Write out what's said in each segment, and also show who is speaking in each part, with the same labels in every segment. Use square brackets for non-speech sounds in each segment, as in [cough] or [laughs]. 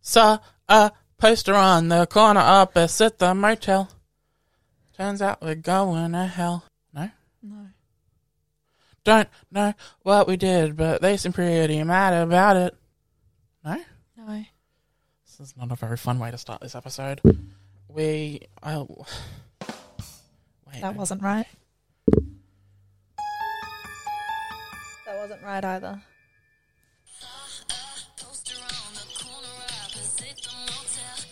Speaker 1: Saw a poster on the corner opposite the motel. Turns out we're going to hell. No?
Speaker 2: No.
Speaker 1: Don't know what we did, but they seem pretty mad about it. No?
Speaker 2: No.
Speaker 1: This is not a very fun way to start this episode. We. oh, I. [sighs] Wait.
Speaker 2: That wasn't right. That wasn't right either.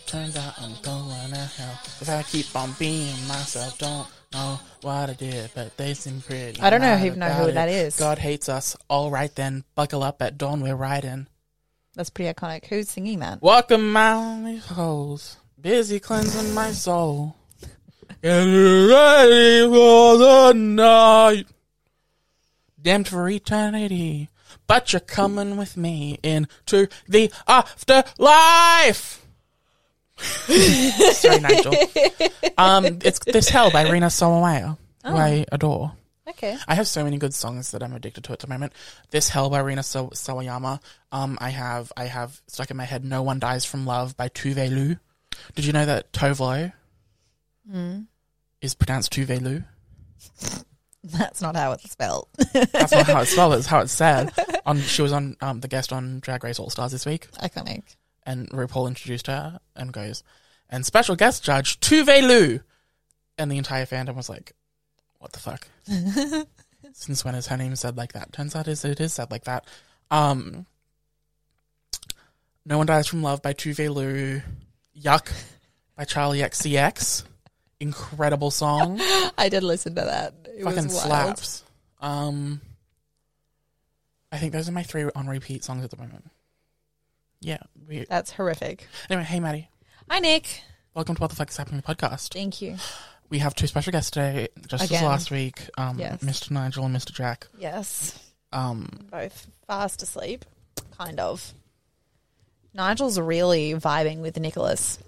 Speaker 1: Turns out I'm going to hell. If I keep on being myself, don't know what I did, but they seem pretty.
Speaker 2: I don't know
Speaker 1: mad
Speaker 2: who- know who
Speaker 1: about it.
Speaker 2: that is.
Speaker 1: God hates us. All right then, buckle up. At dawn, we're riding.
Speaker 2: That's pretty iconic. Who's singing that?
Speaker 1: Walking my only holes, busy cleansing my soul. Getting ready for the night, damned for eternity. But you're coming with me into the afterlife. [laughs] Sorry, Nigel. Um, it's this hell by Rina Sawamaya, who I adore.
Speaker 2: Okay.
Speaker 1: I have so many good songs that I'm addicted to at the moment. This Hell by Rina Sa- Sawayama. Um, I have I have stuck in my head No One Dies from Love by Tuve Lu. Did you know that Tovlo is pronounced Tuve Lu?
Speaker 2: That's not how it's spelled. [laughs]
Speaker 1: That's not how it's spelled. It's how it's said. On she was on um, the guest on Drag Race All Stars this week,
Speaker 2: iconic.
Speaker 1: and RuPaul introduced her and goes, and special guest judge Tuve Lu, and the entire fandom was like, what the
Speaker 2: [laughs]
Speaker 1: fuck? Since when is her name said like that? Turns out is it is said like that. Um, No One Dies from Love by Tuve Lu, Yuck by Charlie XCX, incredible song,
Speaker 2: I did listen to that. [laughs] It
Speaker 1: fucking
Speaker 2: was wild.
Speaker 1: slaps. Um, I think those are my three on repeat songs at the moment. Yeah. We,
Speaker 2: That's horrific.
Speaker 1: anyway, hey Maddie,
Speaker 2: Hi, Nick.
Speaker 1: welcome to What the Fuck is Happening podcast.
Speaker 2: Thank you.
Speaker 1: We have two special guests today, just as
Speaker 2: Again.
Speaker 1: last week, um,
Speaker 2: Yes.
Speaker 1: Mr. Nigel and Mr. Jack.
Speaker 2: Yes.
Speaker 1: Um,
Speaker 2: Both fast asleep, kind of. Nigel's really vibing with Nicholas.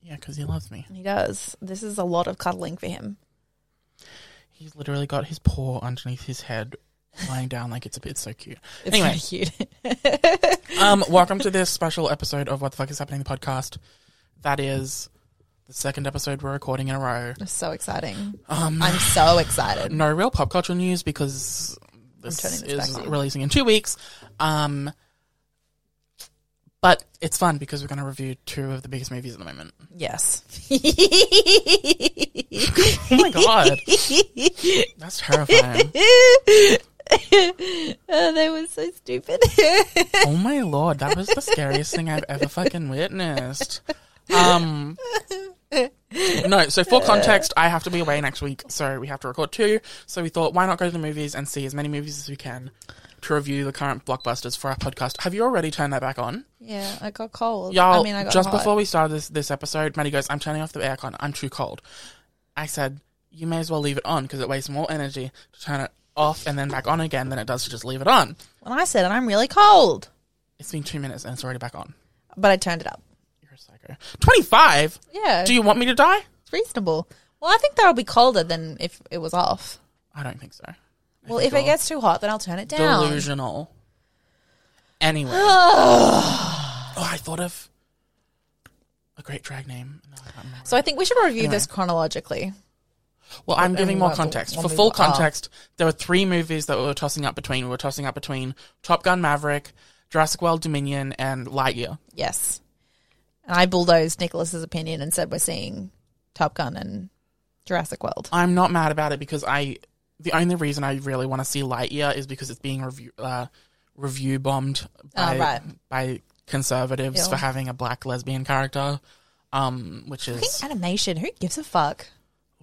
Speaker 1: yeah, because he loves me.
Speaker 2: He does. This is a lot of cuddling for him.
Speaker 1: He's literally got his paw underneath his head, lying down like it's a bit so cute.
Speaker 2: It's [laughs]
Speaker 1: Anyway.
Speaker 2: really cute.
Speaker 1: [laughs] Um, welcome to this special episode of What the Fuck is Happening the podcast. That is the second episode we're recording in a row.
Speaker 2: It's so exciting.
Speaker 1: Um,
Speaker 2: I'm so excited.
Speaker 1: no real pop culture news because this,
Speaker 2: turning this
Speaker 1: is
Speaker 2: back on.
Speaker 1: releasing in two weeks. Um, but it's fun because we're going to review two of the biggest movies at the moment.
Speaker 2: Yes.
Speaker 1: Oh my god, that's terrifying.
Speaker 2: oh, they were so stupid. [laughs]
Speaker 1: Oh my lord, that was the scariest thing I've ever fucking witnessed. Um No, so for context, I have to be away next week, so we have to record two. So we thought why not go to the movies and see as many movies as we can to review the current blockbusters for our podcast. Have you already turned that back on?
Speaker 2: yeah, I got cold.
Speaker 1: Y'all
Speaker 2: I mean, I got
Speaker 1: just
Speaker 2: hot.
Speaker 1: before we started this this episode, Maddie goes, I'm turning off the aircon, I'm too cold. I said, You may as well leave it on because it wastes more energy to turn it off and then back on again than it does to just leave it on.
Speaker 2: when I said, and I'm really cold,
Speaker 1: It's been two minutes and it's already back on.
Speaker 2: but I turned it up.
Speaker 1: You're a psycho. 25?
Speaker 2: Yeah,
Speaker 1: Do you want me to die?
Speaker 2: it's reasonable. Well, I think that'll be colder than if it was off.
Speaker 1: I don't think so. I
Speaker 2: Well,
Speaker 1: think
Speaker 2: if it
Speaker 1: you're
Speaker 2: gets too hot, then I'll turn it down.
Speaker 1: delusional.
Speaker 2: [sighs]
Speaker 1: Anyway. oh, I thought of a great drag name. No, I can't remember.
Speaker 2: So I think we should review this chronologically.
Speaker 1: Well, I'm giving more
Speaker 2: what-
Speaker 1: context.
Speaker 2: what
Speaker 1: For
Speaker 2: we
Speaker 1: full
Speaker 2: were- oh.
Speaker 1: context, there were three movies that we were tossing up between. We were tossing up between Top Gun Maverick, Jurassic World Dominion, and Lightyear.
Speaker 2: Yes. And I bulldozed Nicholas's opinion and said we're seeing Top Gun and Jurassic World.
Speaker 1: I'm not mad about it because I. The only reason I really want to see Lightyear is because it's being review uh, review bombed by,
Speaker 2: Ah, right.
Speaker 1: by conservatives
Speaker 2: Ew.
Speaker 1: for having a black lesbian character, um, which
Speaker 2: I think
Speaker 1: is
Speaker 2: animation. Who gives a fuck?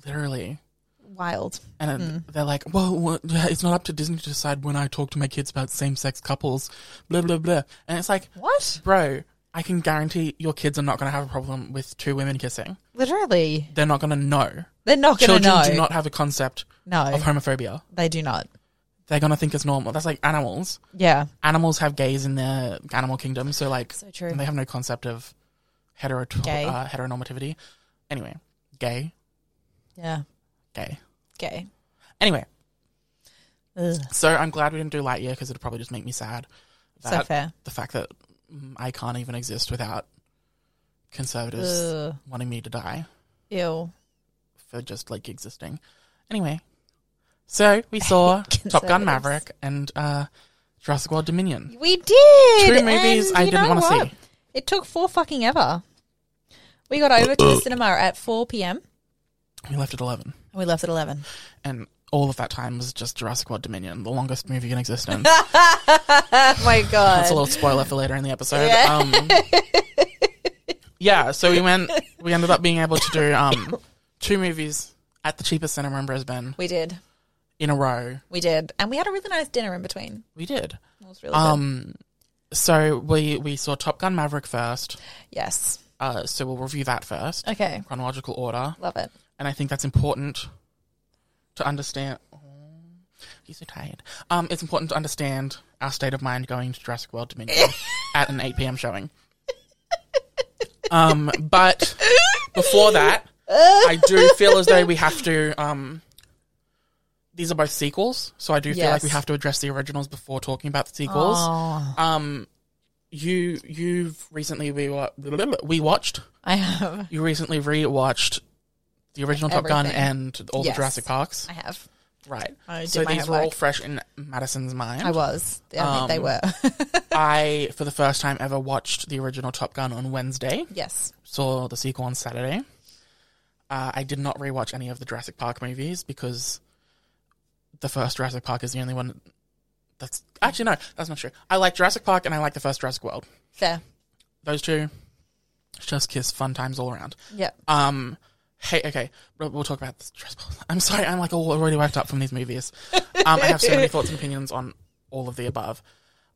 Speaker 1: literally
Speaker 2: wild.
Speaker 1: And it-
Speaker 2: Hmm.
Speaker 1: they're like, well, well, yeah, it's not up to Disney to decide when I talk to my kids about same sex couples, blah, blah, blah. And it's like,
Speaker 2: What?
Speaker 1: bro, I can guarantee your kids are not going to have a problem with two women kissing.
Speaker 2: Literally,
Speaker 1: They're not going to know.
Speaker 2: they're not going to
Speaker 1: Children
Speaker 2: know.
Speaker 1: do not have a concept
Speaker 2: no,
Speaker 1: of homophobia.
Speaker 2: they do not.
Speaker 1: They're going to think it's normal. That's like animals.
Speaker 2: Yeah,
Speaker 1: Animals have gays in their animal kingdom. So, like,
Speaker 2: So true.
Speaker 1: they have no concept of hetero-
Speaker 2: Gay.
Speaker 1: uh, heteronormativity. Anyway, gay,
Speaker 2: yeah.
Speaker 1: gay.
Speaker 2: Okay.
Speaker 1: Anyway,
Speaker 2: Ugh.
Speaker 1: So I'm glad we didn't do Lightyear because it'd probably just make me sad.
Speaker 2: So
Speaker 1: That-
Speaker 2: fair.
Speaker 1: The fact that mm, I can't even exist without conservatives
Speaker 2: Ugh.
Speaker 1: wanting me to die
Speaker 2: Ew.
Speaker 1: for just like existing. Anyway, so we saw Top Gun
Speaker 2: conservatives.
Speaker 1: Maverick and uh, Jurassic World Dominion.
Speaker 2: We did
Speaker 1: Two movies
Speaker 2: and
Speaker 1: I
Speaker 2: you
Speaker 1: didn't
Speaker 2: know
Speaker 1: wanna
Speaker 2: what?
Speaker 1: see.
Speaker 2: It took four fucking ever. We got over
Speaker 1: [coughs]
Speaker 2: to the cinema at four p.m. and
Speaker 1: We left at 11,
Speaker 2: we left at eleven.
Speaker 1: and all of that time was just Jurassic World Dominion, the longest movie in existence.
Speaker 2: Oh my
Speaker 1: That's a
Speaker 2: god!
Speaker 1: little spoiler for later in the episode. Um, yeah, so we went. We ended up being able to do um, two movies at the cheapest cinema in Brisbane
Speaker 2: We did,
Speaker 1: in a row.
Speaker 2: we did, and we had a really nice dinner in between.
Speaker 1: We did.
Speaker 2: It was really
Speaker 1: Um, so we we saw Top Gun Maverick first.
Speaker 2: good. Yes.
Speaker 1: Uh, so we'll review that first,
Speaker 2: Okay.
Speaker 1: chronological order,
Speaker 2: Love it.
Speaker 1: and I think that's important to understand. Oh, he's so tired. Um, it's important to understand our state of mind going to Jurassic World Dominion at an eight PM showing. Um, but before that, I do feel as though we have to. Um, these are both sequels, so I do feel like we
Speaker 2: Yes.
Speaker 1: have to address the originals before talking about the sequels. Um, you you've recently we wa- we watched
Speaker 2: I have.
Speaker 1: you recently rewatched the original Top Gun
Speaker 2: Everything.
Speaker 1: and all
Speaker 2: Yes.
Speaker 1: the Jurassic Parks,
Speaker 2: I have.
Speaker 1: right?
Speaker 2: I did
Speaker 1: so
Speaker 2: my
Speaker 1: these were all
Speaker 2: homework.
Speaker 1: fresh in Madison's mind.
Speaker 2: I was. I think they
Speaker 1: Um,
Speaker 2: were. [laughs]
Speaker 1: I, for the first time ever, watched the original Top Gun on Wednesday.
Speaker 2: yes.
Speaker 1: Saw the sequel on Saturday. Uh, I did not rewatch any of the Jurassic Park movies because the first Jurassic Park is the only one that's actually no, that's not true. I like Jurassic Park and I like the first Jurassic World.
Speaker 2: Fair.
Speaker 1: Those two, just kiss, fun times all around.
Speaker 2: Yep.
Speaker 1: Um, hey, okay, we'll, we'll talk about the stress balls. I'm sorry, I'm like all already wiped up from these movies. Um, I have so many thoughts and opinions on all of the above.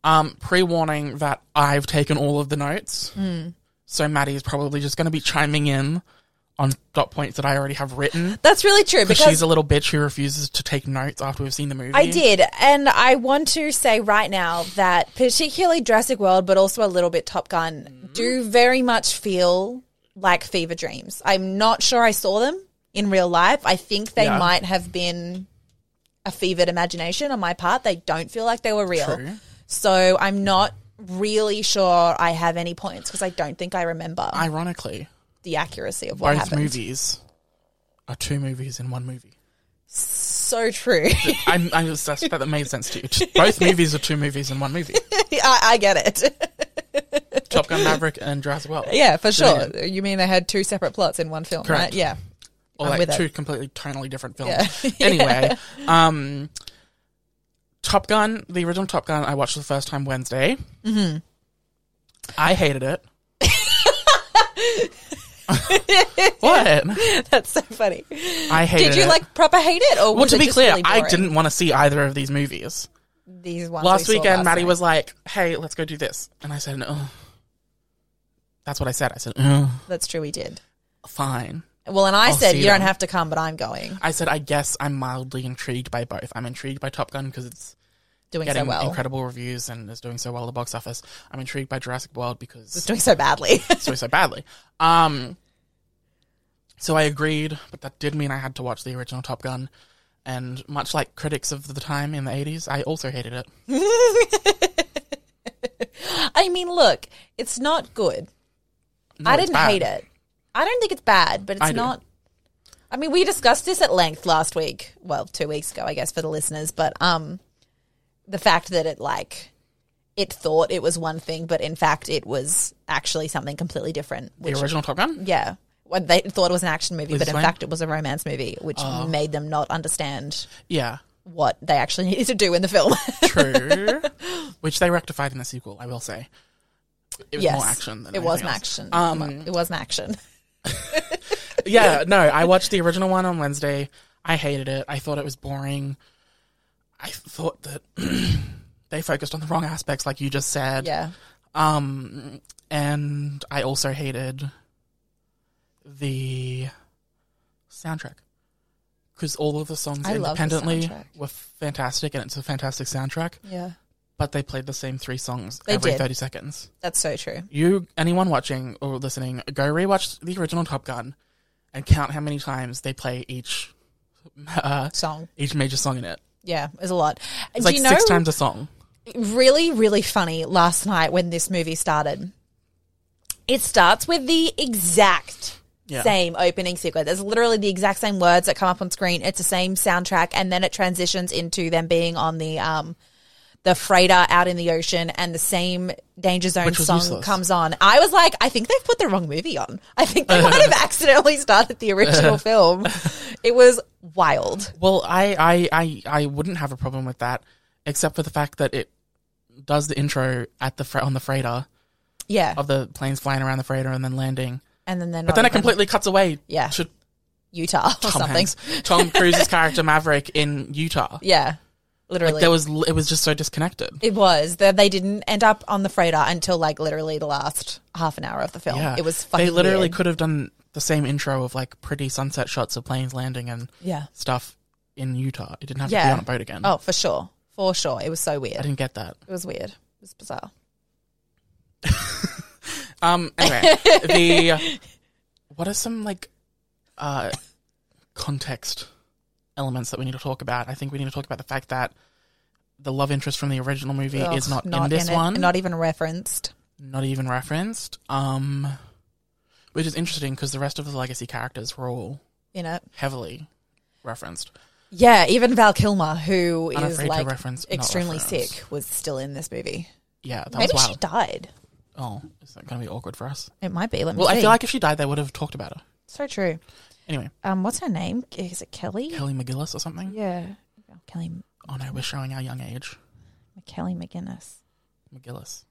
Speaker 1: Um, pre-warning that I've taken all of the notes,
Speaker 2: Hmm.
Speaker 1: so Maddie is probably just going to be chiming in on dot points that I already have written
Speaker 2: That's really true
Speaker 1: because
Speaker 2: because
Speaker 1: she's a little bitch who refuses to take notes after we've seen the movie.
Speaker 2: I did, and I want to say right now that particularly Jurassic World, but also a little bit Top Gun, do very much feel like fever dreams. I'm not sure I saw them in real life. I think they
Speaker 1: Yeah.
Speaker 2: might have been a fevered imagination on my part. They don't feel like they were real,
Speaker 1: True.
Speaker 2: so I'm not really sure I have any points because I don't think I remember
Speaker 1: Ironically,
Speaker 2: the accuracy of what
Speaker 1: both
Speaker 2: happened.
Speaker 1: movies are two movies in one movie.
Speaker 2: So true. [laughs]
Speaker 1: I'm, I'm obsessed that that made sense to you. [laughs] Both movies are two movies in one movie.
Speaker 2: I, I get it.
Speaker 1: Top Gun Maverick and Jurassic World.
Speaker 2: Yeah, for sure.
Speaker 1: Brilliant.
Speaker 2: You mean they had two separate plots in one film,
Speaker 1: Correct.
Speaker 2: right? Yeah.
Speaker 1: Or
Speaker 2: I'm
Speaker 1: like
Speaker 2: with it.
Speaker 1: two completely tonally different films.
Speaker 2: Yeah. [laughs]
Speaker 1: Anyway, um Top Gun, the original Top Gun I watched for the first time Wednesday. Mm-hmm. I hated
Speaker 2: [laughs]
Speaker 1: it. what?
Speaker 2: [laughs] That's so funny.
Speaker 1: I hated
Speaker 2: Did you
Speaker 1: it.
Speaker 2: like proper hate it or
Speaker 1: Well,
Speaker 2: was
Speaker 1: to
Speaker 2: it
Speaker 1: be
Speaker 2: just
Speaker 1: clear,
Speaker 2: really
Speaker 1: I
Speaker 2: boring?
Speaker 1: didn't want to see either of these movies.
Speaker 2: these ones
Speaker 1: last
Speaker 2: we saw
Speaker 1: weekend,
Speaker 2: last
Speaker 1: Maddie
Speaker 2: night.
Speaker 1: was like, "Hey, let's go do this," and I said, "No." That's what I said. I said, "Ugh,
Speaker 2: That's true, we did.
Speaker 1: "Fine."
Speaker 2: Well, and I
Speaker 1: I'll
Speaker 2: said
Speaker 1: see
Speaker 2: you
Speaker 1: them.
Speaker 2: don't have to come, but I'm going.
Speaker 1: I said, I guess I'm mildly intrigued by both. I'm intrigued by Top Gun because it's
Speaker 2: Doing
Speaker 1: getting
Speaker 2: so well.
Speaker 1: incredible reviews and is doing so well at the box office. I'm intrigued by Jurassic World
Speaker 2: It's [laughs]
Speaker 1: because
Speaker 2: doing so badly.
Speaker 1: it's doing so badly. Um, so I agreed, but that did mean I had to watch the original Top Gun. And much like critics of the time in the 80s, I also hated it.
Speaker 2: I mean, look, it's not good.
Speaker 1: No,
Speaker 2: I
Speaker 1: it's
Speaker 2: didn't
Speaker 1: bad.
Speaker 2: hate it. I don't think it's bad, but it's
Speaker 1: I do.
Speaker 2: not I mean, we discussed this at length last week. Well, two weeks ago, I guess, for the listeners. But um, the fact that it like it thought it was one thing, but in fact, it was actually something completely different.
Speaker 1: The
Speaker 2: Which, Mm.
Speaker 1: original Top Gun?
Speaker 2: yeah, what they thought it was an action movie,
Speaker 1: Liz
Speaker 2: but in
Speaker 1: Lane?
Speaker 2: fact, it was a romance movie, which
Speaker 1: Oh.
Speaker 2: made them not understand
Speaker 1: Yeah.
Speaker 2: [laughs] what they actually [laughs] needed to do in
Speaker 1: [laughs]
Speaker 2: the film.
Speaker 1: True. Which they rectified in the sequel, I will say. It was
Speaker 2: yes,
Speaker 1: more action than
Speaker 2: it was an
Speaker 1: anything else.
Speaker 2: action.
Speaker 1: Um, [laughs]
Speaker 2: Well, it was an action.
Speaker 1: yeah, no, I watched the original one on Wednesday. I hated it. I thought it was boring. I thought that [clears throat] they focused on the wrong aspects, like you just said.
Speaker 2: Yeah.
Speaker 1: Um, and I also hated the soundtrack because all of the songs
Speaker 2: I love the
Speaker 1: independently
Speaker 2: soundtrack.
Speaker 1: were fantastic, and it's a fantastic soundtrack.
Speaker 2: Yeah.
Speaker 1: But they played the same three songs
Speaker 2: They
Speaker 1: every
Speaker 2: did.
Speaker 1: thirty seconds.
Speaker 2: That's so true.
Speaker 1: You, anyone watching or listening, go rewatch the original Top Gun and count how many times they play each uh,
Speaker 2: Song.
Speaker 1: each major song in it.
Speaker 2: Yeah, it's a lot.
Speaker 1: It's
Speaker 2: Do
Speaker 1: like
Speaker 2: you know,
Speaker 1: six times a song.
Speaker 2: really, really funny last night when this movie started? It starts with the exact
Speaker 1: Yeah.
Speaker 2: same opening sequence. It's literally the exact same words that come up on screen. It's the same soundtrack, and then it transitions into them being on the um, the freighter out in the ocean, and the same Danger Zone
Speaker 1: Which was
Speaker 2: song
Speaker 1: useless.
Speaker 2: comes on. I was like, I think they've put the wrong movie on. I think they might
Speaker 1: [laughs]
Speaker 2: have accidentally started the original film. It was wild.
Speaker 1: Well, I, I, I, I wouldn't have a problem with that, except for the fact that it does the intro at the fre- on the freighter
Speaker 2: Yeah,
Speaker 1: of the planes flying around the freighter and then landing,
Speaker 2: and then
Speaker 1: but then it completely cuts away.
Speaker 2: Oh, Yeah.
Speaker 1: to
Speaker 2: Utah or
Speaker 1: Tom
Speaker 2: something.
Speaker 1: Hanks,
Speaker 2: [laughs]
Speaker 1: Tom Cruise's character Maverick in Utah.
Speaker 2: Yeah, literally.
Speaker 1: Like there was, l- it was just so disconnected.
Speaker 2: it was that they didn't end up on the freighter until like literally the last half an hour of the film.
Speaker 1: Yeah,
Speaker 2: Oh, It was fucking.
Speaker 1: They literally
Speaker 2: weird.
Speaker 1: could have done the same intro of like pretty sunset shots of planes landing and
Speaker 2: Yeah.
Speaker 1: stuff in Utah. It didn't have to
Speaker 2: Yeah.
Speaker 1: be on a boat again.
Speaker 2: Oh, for sure, for sure. It was so
Speaker 1: I
Speaker 2: weird.
Speaker 1: didn't get that.
Speaker 2: It was weird. It was bizarre.
Speaker 1: Um.
Speaker 2: [laughs]
Speaker 1: Anyway, the what are some like uh context elements that we need to talk about? I think we need to talk about the fact that the love interest from the original movie
Speaker 2: Ugh,
Speaker 1: is not, in this
Speaker 2: it,
Speaker 1: one, not,
Speaker 2: Not e- even referenced.
Speaker 1: even referenced. Um, which is interesting because the rest of the legacy characters were all
Speaker 2: You know.
Speaker 1: heavily referenced.
Speaker 2: Yeah, even Val Kilmer, who is
Speaker 1: Unafraid to
Speaker 2: like
Speaker 1: reference, not
Speaker 2: extremely
Speaker 1: reference.
Speaker 2: sick, was still in this movie.
Speaker 1: Yeah, that
Speaker 2: Maybe
Speaker 1: was
Speaker 2: she
Speaker 1: wild.
Speaker 2: died.
Speaker 1: oh, is that going to be awkward for us?
Speaker 2: It might be. Let me
Speaker 1: Well,
Speaker 2: see.
Speaker 1: I feel like if she died, they would have talked about her.
Speaker 2: so true.
Speaker 1: Anyway,
Speaker 2: Um, what's her name? Is it Kelly?
Speaker 1: Kelly McGillis or something.
Speaker 2: yeah, Kelly
Speaker 1: Oh no, we're showing our young age.
Speaker 2: Kelly McGinnis.
Speaker 1: McGillis.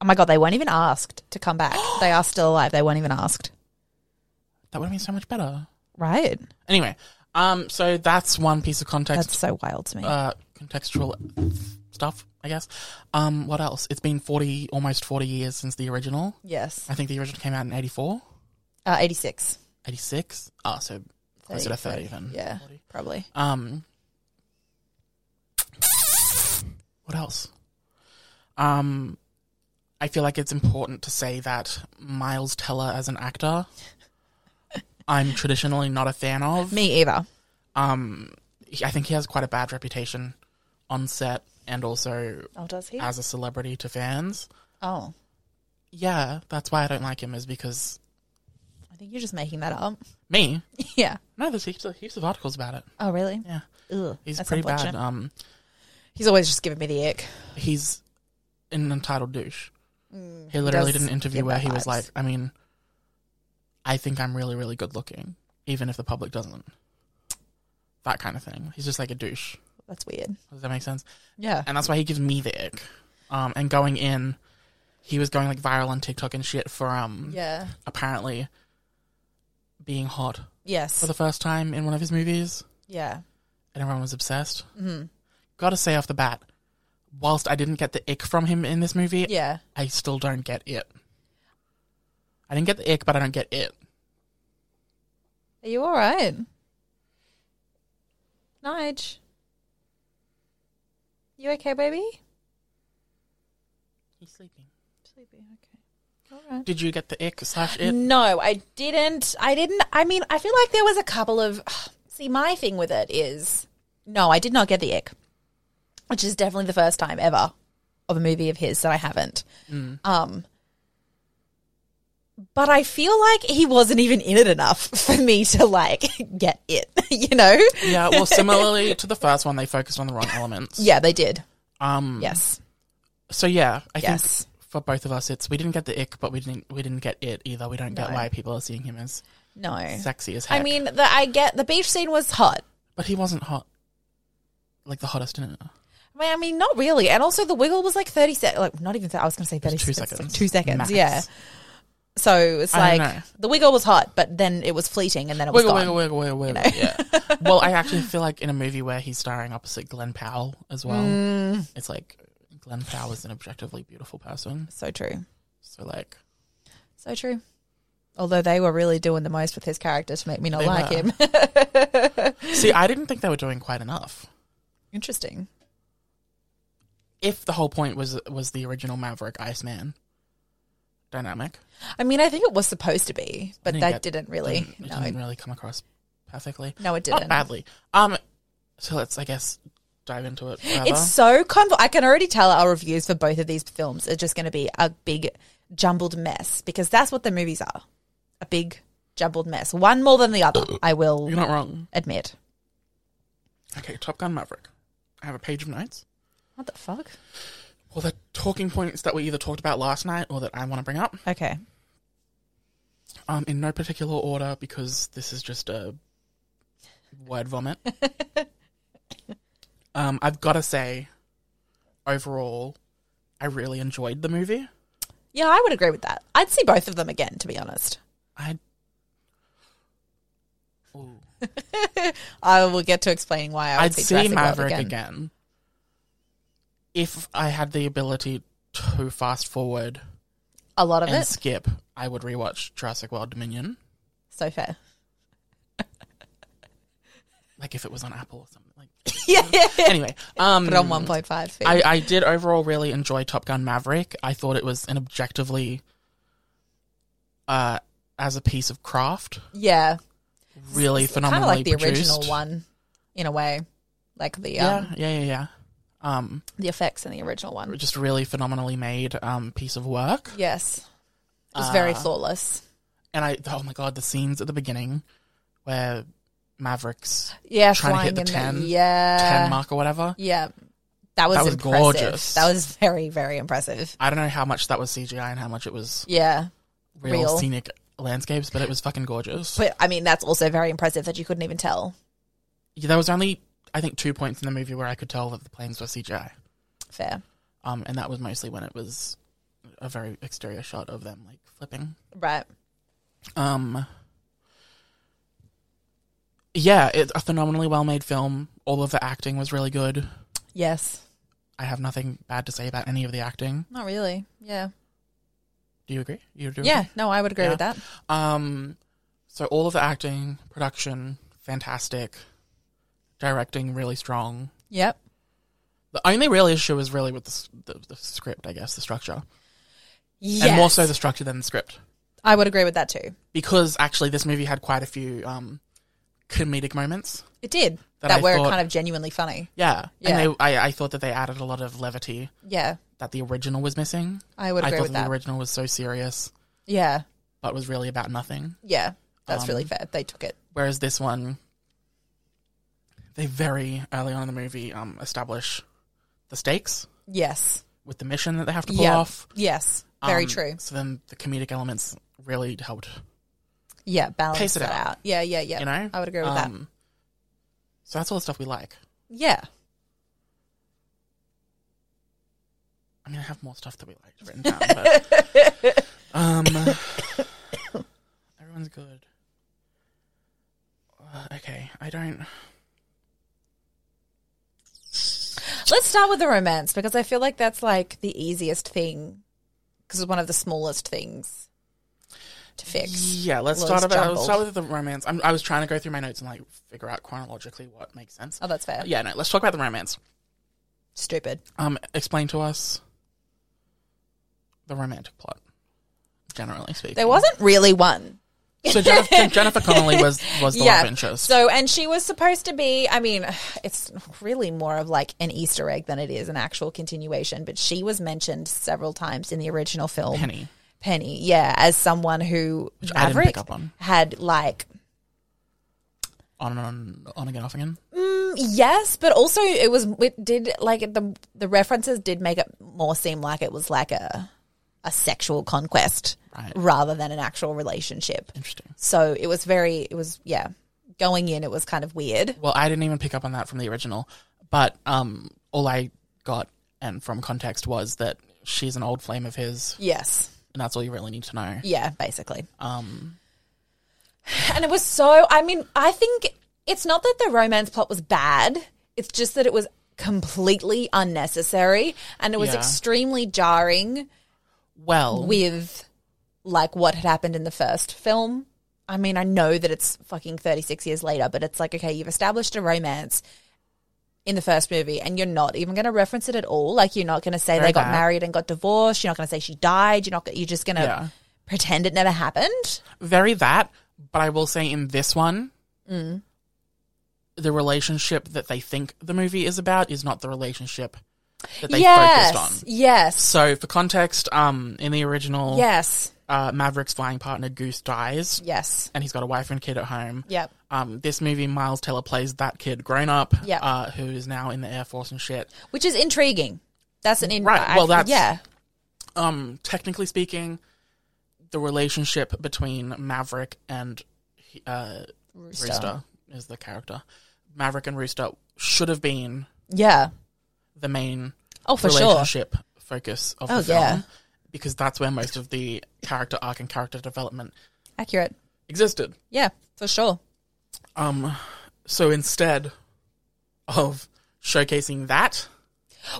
Speaker 2: Oh my god, they weren't even asked to come [gasps] back. they are still alive. They weren't even asked.
Speaker 1: That would have been so much better.
Speaker 2: Right.
Speaker 1: Anyway, um, so that's one piece of
Speaker 2: That's
Speaker 1: context,
Speaker 2: so wild to me.
Speaker 1: uh, contextual stuff, I guess. Um, what else? It's been forty, almost forty years since the original.
Speaker 2: yes.
Speaker 1: I think the original came out in 84,
Speaker 2: Uh, 86.
Speaker 1: 86. Oh, so closer to thirty then.
Speaker 2: Yeah,
Speaker 1: 40.
Speaker 2: probably.
Speaker 1: Um, what else? Um, I feel like it's important to say that Miles Teller as an actor, I'm traditionally not a fan of.
Speaker 2: Me either.
Speaker 1: um, he- I think he has quite a bad reputation on set and also
Speaker 2: Oh, does he?
Speaker 1: as a celebrity to fans.
Speaker 2: oh,
Speaker 1: Yeah, that's why I don't like him is because
Speaker 2: I think you're just making that up. [laughs]
Speaker 1: me.
Speaker 2: yeah.
Speaker 1: No, there's heaps of, heaps of articles about it.
Speaker 2: Oh, really?
Speaker 1: Yeah,
Speaker 2: Ugh,
Speaker 1: he's
Speaker 2: that's
Speaker 1: pretty bad.
Speaker 2: unfortunate.
Speaker 1: Um,
Speaker 2: He's always just giving me the ick.
Speaker 1: he's an entitled douche. he literally
Speaker 2: Mm, does
Speaker 1: did an interview
Speaker 2: give
Speaker 1: where
Speaker 2: that
Speaker 1: he was
Speaker 2: vibes.
Speaker 1: like, "I mean, I think I'm really, really good looking, even if the public doesn't." That kind of thing. He's just like a douche.
Speaker 2: That's weird.
Speaker 1: Does that make sense?
Speaker 2: Yeah.
Speaker 1: and that's why he gives me the ick. Um, and going in, he was going like viral on TikTok and shit for um
Speaker 2: Yeah.
Speaker 1: apparently being hot
Speaker 2: Yes.
Speaker 1: for the first time in one of his movies,
Speaker 2: yeah.
Speaker 1: and everyone was obsessed. Mm-hmm. Gotta say off the bat, whilst I didn't get the ick from him in this movie,
Speaker 2: Yeah.
Speaker 1: I still don't get it. I didn't get the ick, but I don't get it.
Speaker 2: Are you all right? Nige. You okay, baby?
Speaker 1: He's sleeping.
Speaker 2: Sleepy. Okay. All right.
Speaker 1: Did you get the ick slash it?
Speaker 2: No, I didn't. I didn't. I mean, I feel like there was a couple of. [sighs] See, my thing with it is no, I did not get the ick, which is definitely the first time ever of a movie of his that I haven't. Um, but I feel like he wasn't even in it enough [laughs] for me to like [laughs] get it. You know?
Speaker 1: Yeah.
Speaker 2: [laughs]
Speaker 1: Well, similarly to the first one, they focused on the wrong elements.
Speaker 2: Yeah, they did.
Speaker 1: Um.
Speaker 2: Yes.
Speaker 1: So yeah, I
Speaker 2: Yes.
Speaker 1: think for both of us, it's we didn't get the ick, but we didn't we didn't get it either. We don't get
Speaker 2: No.
Speaker 1: why people are seeing him as
Speaker 2: No.
Speaker 1: sexy as heck.
Speaker 2: I mean, the, I get the beach scene was hot.
Speaker 1: but he wasn't hot, like the hottest in it.
Speaker 2: I mean, I mean, not really. And also, the wiggle was like 30 seconds. Like, not even, th- I was going to say 30
Speaker 1: It's two
Speaker 2: seconds.
Speaker 1: seconds,
Speaker 2: Like two seconds,
Speaker 1: max.
Speaker 2: yeah. So it's
Speaker 1: I don't know.
Speaker 2: like the wiggle was hot, but then it was fleeting, and then it was
Speaker 1: Wiggle,
Speaker 2: gone.
Speaker 1: wiggle, wiggle, wiggle, wiggle.
Speaker 2: [laughs]
Speaker 1: Yeah. well, I actually feel like in a movie where he's starring opposite Glenn Powell as well,
Speaker 2: Mm.
Speaker 1: it's like Glenn Powell is an objectively beautiful person.
Speaker 2: So true,
Speaker 1: So like,
Speaker 2: so true. Although they were really doing the most with his character to make me not
Speaker 1: They
Speaker 2: like
Speaker 1: were.
Speaker 2: him. [laughs]
Speaker 1: see, I didn't think they were doing quite enough.
Speaker 2: Interesting.
Speaker 1: If the whole point was was the original Maverick Iceman dynamic,
Speaker 2: I mean, I think it was supposed to be, but
Speaker 1: I think
Speaker 2: that didn't really.
Speaker 1: didn't- it
Speaker 2: no,
Speaker 1: didn't
Speaker 2: it-
Speaker 1: really come across perfectly.
Speaker 2: no, it
Speaker 1: Not
Speaker 2: didn't.
Speaker 1: badly. Um, so let's I guess dive into it. Further.
Speaker 2: It's so conv. I can already tell our reviews for both of these films are just going to be a big jumbled mess because that's what the movies are a big jumbled mess. One more than the other, I will
Speaker 1: you're not wrong.
Speaker 2: admit.
Speaker 1: Okay, Top Gun Maverick. I have a page of notes.
Speaker 2: What the fuck?
Speaker 1: Well, the talking points that we either talked about last night or that I want to bring up.
Speaker 2: Okay.
Speaker 1: um, in no particular order because this is just a word
Speaker 2: [laughs]
Speaker 1: vomit. um, I've got to say, overall, I really enjoyed the movie.
Speaker 2: Yeah, I would agree with that. I'd see both of them again, to be honest.
Speaker 1: I
Speaker 2: I will get to explaining why I would
Speaker 1: I'd
Speaker 2: see,
Speaker 1: see
Speaker 2: Jurassic World
Speaker 1: Maverick
Speaker 2: again.
Speaker 1: again. if I had the ability to fast forward
Speaker 2: A lot of
Speaker 1: and
Speaker 2: it.
Speaker 1: skip. I would rewatch Jurassic World Dominion, [laughs]
Speaker 2: So fair.
Speaker 1: like if it was on Apple or something. Like
Speaker 2: yeah, yeah. [laughs]
Speaker 1: anyway, um,
Speaker 2: But on 1.5 feet.
Speaker 1: I, I did overall really enjoy Top Gun Maverick. I thought it was an objectively, uh, as a piece of craft,
Speaker 2: yeah.
Speaker 1: really
Speaker 2: Kind of
Speaker 1: phenomenally
Speaker 2: like the
Speaker 1: produced.
Speaker 2: original one in a way. Like the
Speaker 1: Yeah,
Speaker 2: um,
Speaker 1: yeah, yeah, yeah. Um,
Speaker 2: the effects in the original one.
Speaker 1: just really phenomenally made um piece of work.
Speaker 2: Yes. It was very
Speaker 1: Uh,
Speaker 2: flawless.
Speaker 1: And I, oh my god, the scenes at the beginning where Mavericks
Speaker 2: Yeah,
Speaker 1: trying to
Speaker 2: flying
Speaker 1: hit the
Speaker 2: in
Speaker 1: 10
Speaker 2: the, yeah,
Speaker 1: ten mark or whatever.
Speaker 2: Uh, Yeah, that was
Speaker 1: That was
Speaker 2: impressive.
Speaker 1: gorgeous.
Speaker 2: That was very very impressive.
Speaker 1: I don't know how much that was CGI and how much it was
Speaker 2: Yeah,
Speaker 1: real,
Speaker 2: Real.
Speaker 1: scenic landscapes, but it was fucking gorgeous.
Speaker 2: but I mean that's also very impressive that you couldn't even tell.
Speaker 1: yeah, there was only I think two points in the movie where I could tell that the planes were CGI.
Speaker 2: Fair,
Speaker 1: Um, and that was mostly when it was a very exterior shot of them like flipping.
Speaker 2: right?
Speaker 1: Um, yeah, it's a phenomenally well made film. All of the acting was really good.
Speaker 2: Yes,
Speaker 1: I have nothing bad to say about any of the acting.
Speaker 2: not really. Yeah,
Speaker 1: Do you agree? You do.
Speaker 2: yeah.
Speaker 1: agree?
Speaker 2: No, I would agree
Speaker 1: Yeah.
Speaker 2: with that.
Speaker 1: Um, so all of the acting, production, fantastic. Directing really strong.
Speaker 2: Yep.
Speaker 1: The only real issue is really with the, s- the, the script, I guess, the structure,
Speaker 2: Yes.
Speaker 1: and more so the structure than the script.
Speaker 2: I would agree with that too.
Speaker 1: because actually this movie had quite a few um, comedic moments.
Speaker 2: It did
Speaker 1: That
Speaker 2: that,
Speaker 1: I
Speaker 2: were
Speaker 1: thought-
Speaker 2: kind of genuinely funny.
Speaker 1: Yeah,
Speaker 2: Yeah.
Speaker 1: and they, I, I thought that they added a lot of levity
Speaker 2: Yeah,
Speaker 1: that the original was missing.
Speaker 2: I would agree
Speaker 1: thought
Speaker 2: with
Speaker 1: that
Speaker 2: that.
Speaker 1: the original was so serious,
Speaker 2: yeah,
Speaker 1: but was really about nothing.
Speaker 2: yeah. That's
Speaker 1: Um,
Speaker 2: really fair. They took it.
Speaker 1: Whereas this one, they very early on in the movie um, establish the stakes
Speaker 2: Yes.
Speaker 1: with the mission that they have to pull
Speaker 2: Yeah.
Speaker 1: off.
Speaker 2: Yes. Very
Speaker 1: Um,
Speaker 2: true.
Speaker 1: So then the comedic elements really helped
Speaker 2: Yeah. Balance
Speaker 1: pace it
Speaker 2: that
Speaker 1: out.
Speaker 2: out. Yeah. Yeah. Yeah.
Speaker 1: you know?
Speaker 2: I would agree with that.
Speaker 1: Um, So that's all the stuff we like.
Speaker 2: Yeah.
Speaker 1: I mean, I have more stuff that we liked written down, but
Speaker 2: [laughs]
Speaker 1: um, everyone's good. Uh, okay, I don't.
Speaker 2: Let's start with the romance because I feel like that's like the easiest thing because it's one of the smallest things to fix.
Speaker 1: Yeah, let's
Speaker 2: Well,
Speaker 1: start
Speaker 2: it's
Speaker 1: about. Let's
Speaker 2: jumbled.
Speaker 1: start with the romance. I'm, I was trying to go through my notes and like figure out chronologically what makes sense.
Speaker 2: Oh, that's fair.
Speaker 1: Yeah, no, let's talk about the romance.
Speaker 2: Stupid.
Speaker 1: Um, explain to us the romantic plot, generally speaking.
Speaker 2: There wasn't really one.
Speaker 1: so
Speaker 2: [laughs]
Speaker 1: Jennifer, Jennifer Connelly was was the love interest.
Speaker 2: So, and she was supposed to be, I mean, [sighs] it's really more of like an Easter egg than it is an actual continuation, but she was mentioned several times in the original film.
Speaker 1: Penny.
Speaker 2: Penny, yeah, as someone who
Speaker 1: Which I didn't
Speaker 2: Maverick
Speaker 1: pick up on.
Speaker 2: had like
Speaker 1: on and on, on again, off again.
Speaker 2: Yes, but also it was it did like the the references did make it more seem like it was like a a sexual conquest
Speaker 1: Right.
Speaker 2: rather than an actual relationship.
Speaker 1: Interesting.
Speaker 2: So it was very it was yeah, going in it was kind of weird.
Speaker 1: Well, I didn't even pick up on that from the original, but um, all I got and from context was that she's an old flame of his
Speaker 2: Yes.
Speaker 1: and that's all you really need to know.
Speaker 2: Yeah, basically.
Speaker 1: Um,
Speaker 2: And it was so, I mean, I think it's not that the romance plot was bad, it's just that it was completely unnecessary and it was
Speaker 1: Yeah.
Speaker 2: extremely jarring
Speaker 1: well,
Speaker 2: Mm-hmm. with like what had happened in the first film. I mean, I know that it's fucking 36 years later, but it's like, okay, you've established a romance in the first movie and you're not even going to reference it at all. Like, you're not going to say
Speaker 1: Very
Speaker 2: they got
Speaker 1: bad.
Speaker 2: married and got divorced. You're not going to say she died. You're not, you're just going to
Speaker 1: Yeah.
Speaker 2: pretend it never happened.
Speaker 1: very that, but I will say in this one, the relationship that they think the movie is about is not the relationship that they focused on.
Speaker 2: Yes.
Speaker 1: So, for context, um, in the original,
Speaker 2: Yes.
Speaker 1: uh, Maverick's flying partner Goose dies,
Speaker 2: Yes.
Speaker 1: and he's got a wife and kid at home.
Speaker 2: Yep.
Speaker 1: Um, this movie, Miles Teller plays that kid grown up,
Speaker 2: Yeah.
Speaker 1: uh, who is now in the air force and shit.
Speaker 2: Which is intriguing. That's an in-
Speaker 1: Right,
Speaker 2: I-
Speaker 1: well, that's-
Speaker 2: yeah.
Speaker 1: um technically speaking the relationship between maverick and uh rooster. is the character maverick and rooster should have been
Speaker 2: Yeah.
Speaker 1: the main
Speaker 2: Oh, for sure.
Speaker 1: relationship focus of
Speaker 2: Oh,
Speaker 1: the film
Speaker 2: yeah.
Speaker 1: because that's where most of the character arc and character development
Speaker 2: Accurate.
Speaker 1: existed
Speaker 2: Yeah, for sure.
Speaker 1: um so instead of showcasing that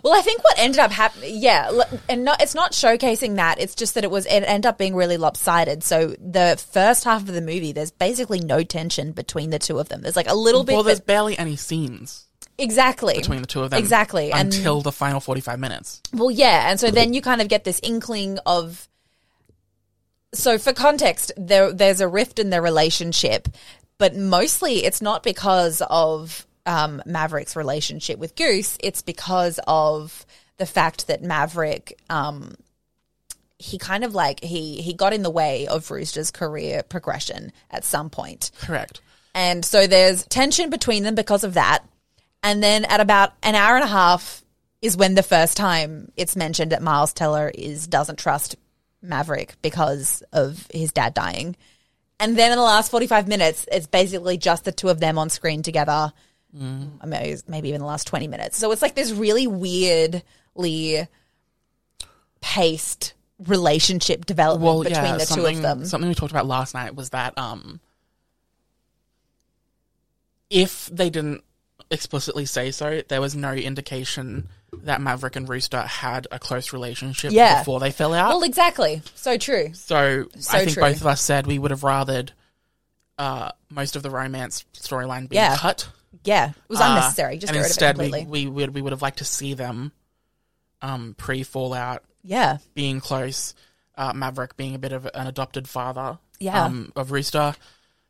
Speaker 2: Well, I think what ended up happening, yeah, l- and not, it's not showcasing that. It's just that it was it ended up being really lopsided. So the first half of the movie, there's basically no tension between the two of them. There's like a little bit,
Speaker 1: well there's
Speaker 2: but
Speaker 1: barely any scenes
Speaker 2: exactly
Speaker 1: between the two of them
Speaker 2: Exactly, and-
Speaker 1: until the final 45 minutes
Speaker 2: Well, yeah, and so then you kind of get this inkling of. So for context, there there's a rift in their relationship, but mostly it's not because of um, Maverick's relationship with Goose. It's because of the fact that Maverick, um, he kind of like he he got in the way of Rooster's career progression at some point.
Speaker 1: correct
Speaker 2: And so there's tension between them because of that. And then at about an hour and a half is when the first time it's mentioned that Miles Teller is doesn't trust Maverick because of his dad dying. And then in the last 45 minutes, it's basically just the two of them on screen together.
Speaker 1: Mm.
Speaker 2: I mean, it was Maybe even the last 20 minutes. So it's like this really weirdly paced relationship development
Speaker 1: well,
Speaker 2: between
Speaker 1: yeah,
Speaker 2: the two
Speaker 1: something,
Speaker 2: of them.
Speaker 1: Something we talked about last night was that um, if they didn't explicitly say so, there was no indication that Maverick and Rooster had a close relationship
Speaker 2: Yeah.
Speaker 1: before they fell out.
Speaker 2: well, exactly. So true.
Speaker 1: so,
Speaker 2: so
Speaker 1: I think
Speaker 2: true.
Speaker 1: both of us said we would have rathered uh, most of the romance storyline being
Speaker 2: Yeah.
Speaker 1: cut.
Speaker 2: Yeah, it was
Speaker 1: uh,
Speaker 2: unnecessary. Just
Speaker 1: and
Speaker 2: get rid
Speaker 1: instead,
Speaker 2: of it completely.
Speaker 1: we we would we would have liked to see them um, pre fallout
Speaker 2: yeah,
Speaker 1: being close, uh, Maverick being a bit of an adopted father
Speaker 2: Yeah.
Speaker 1: um, of Rooster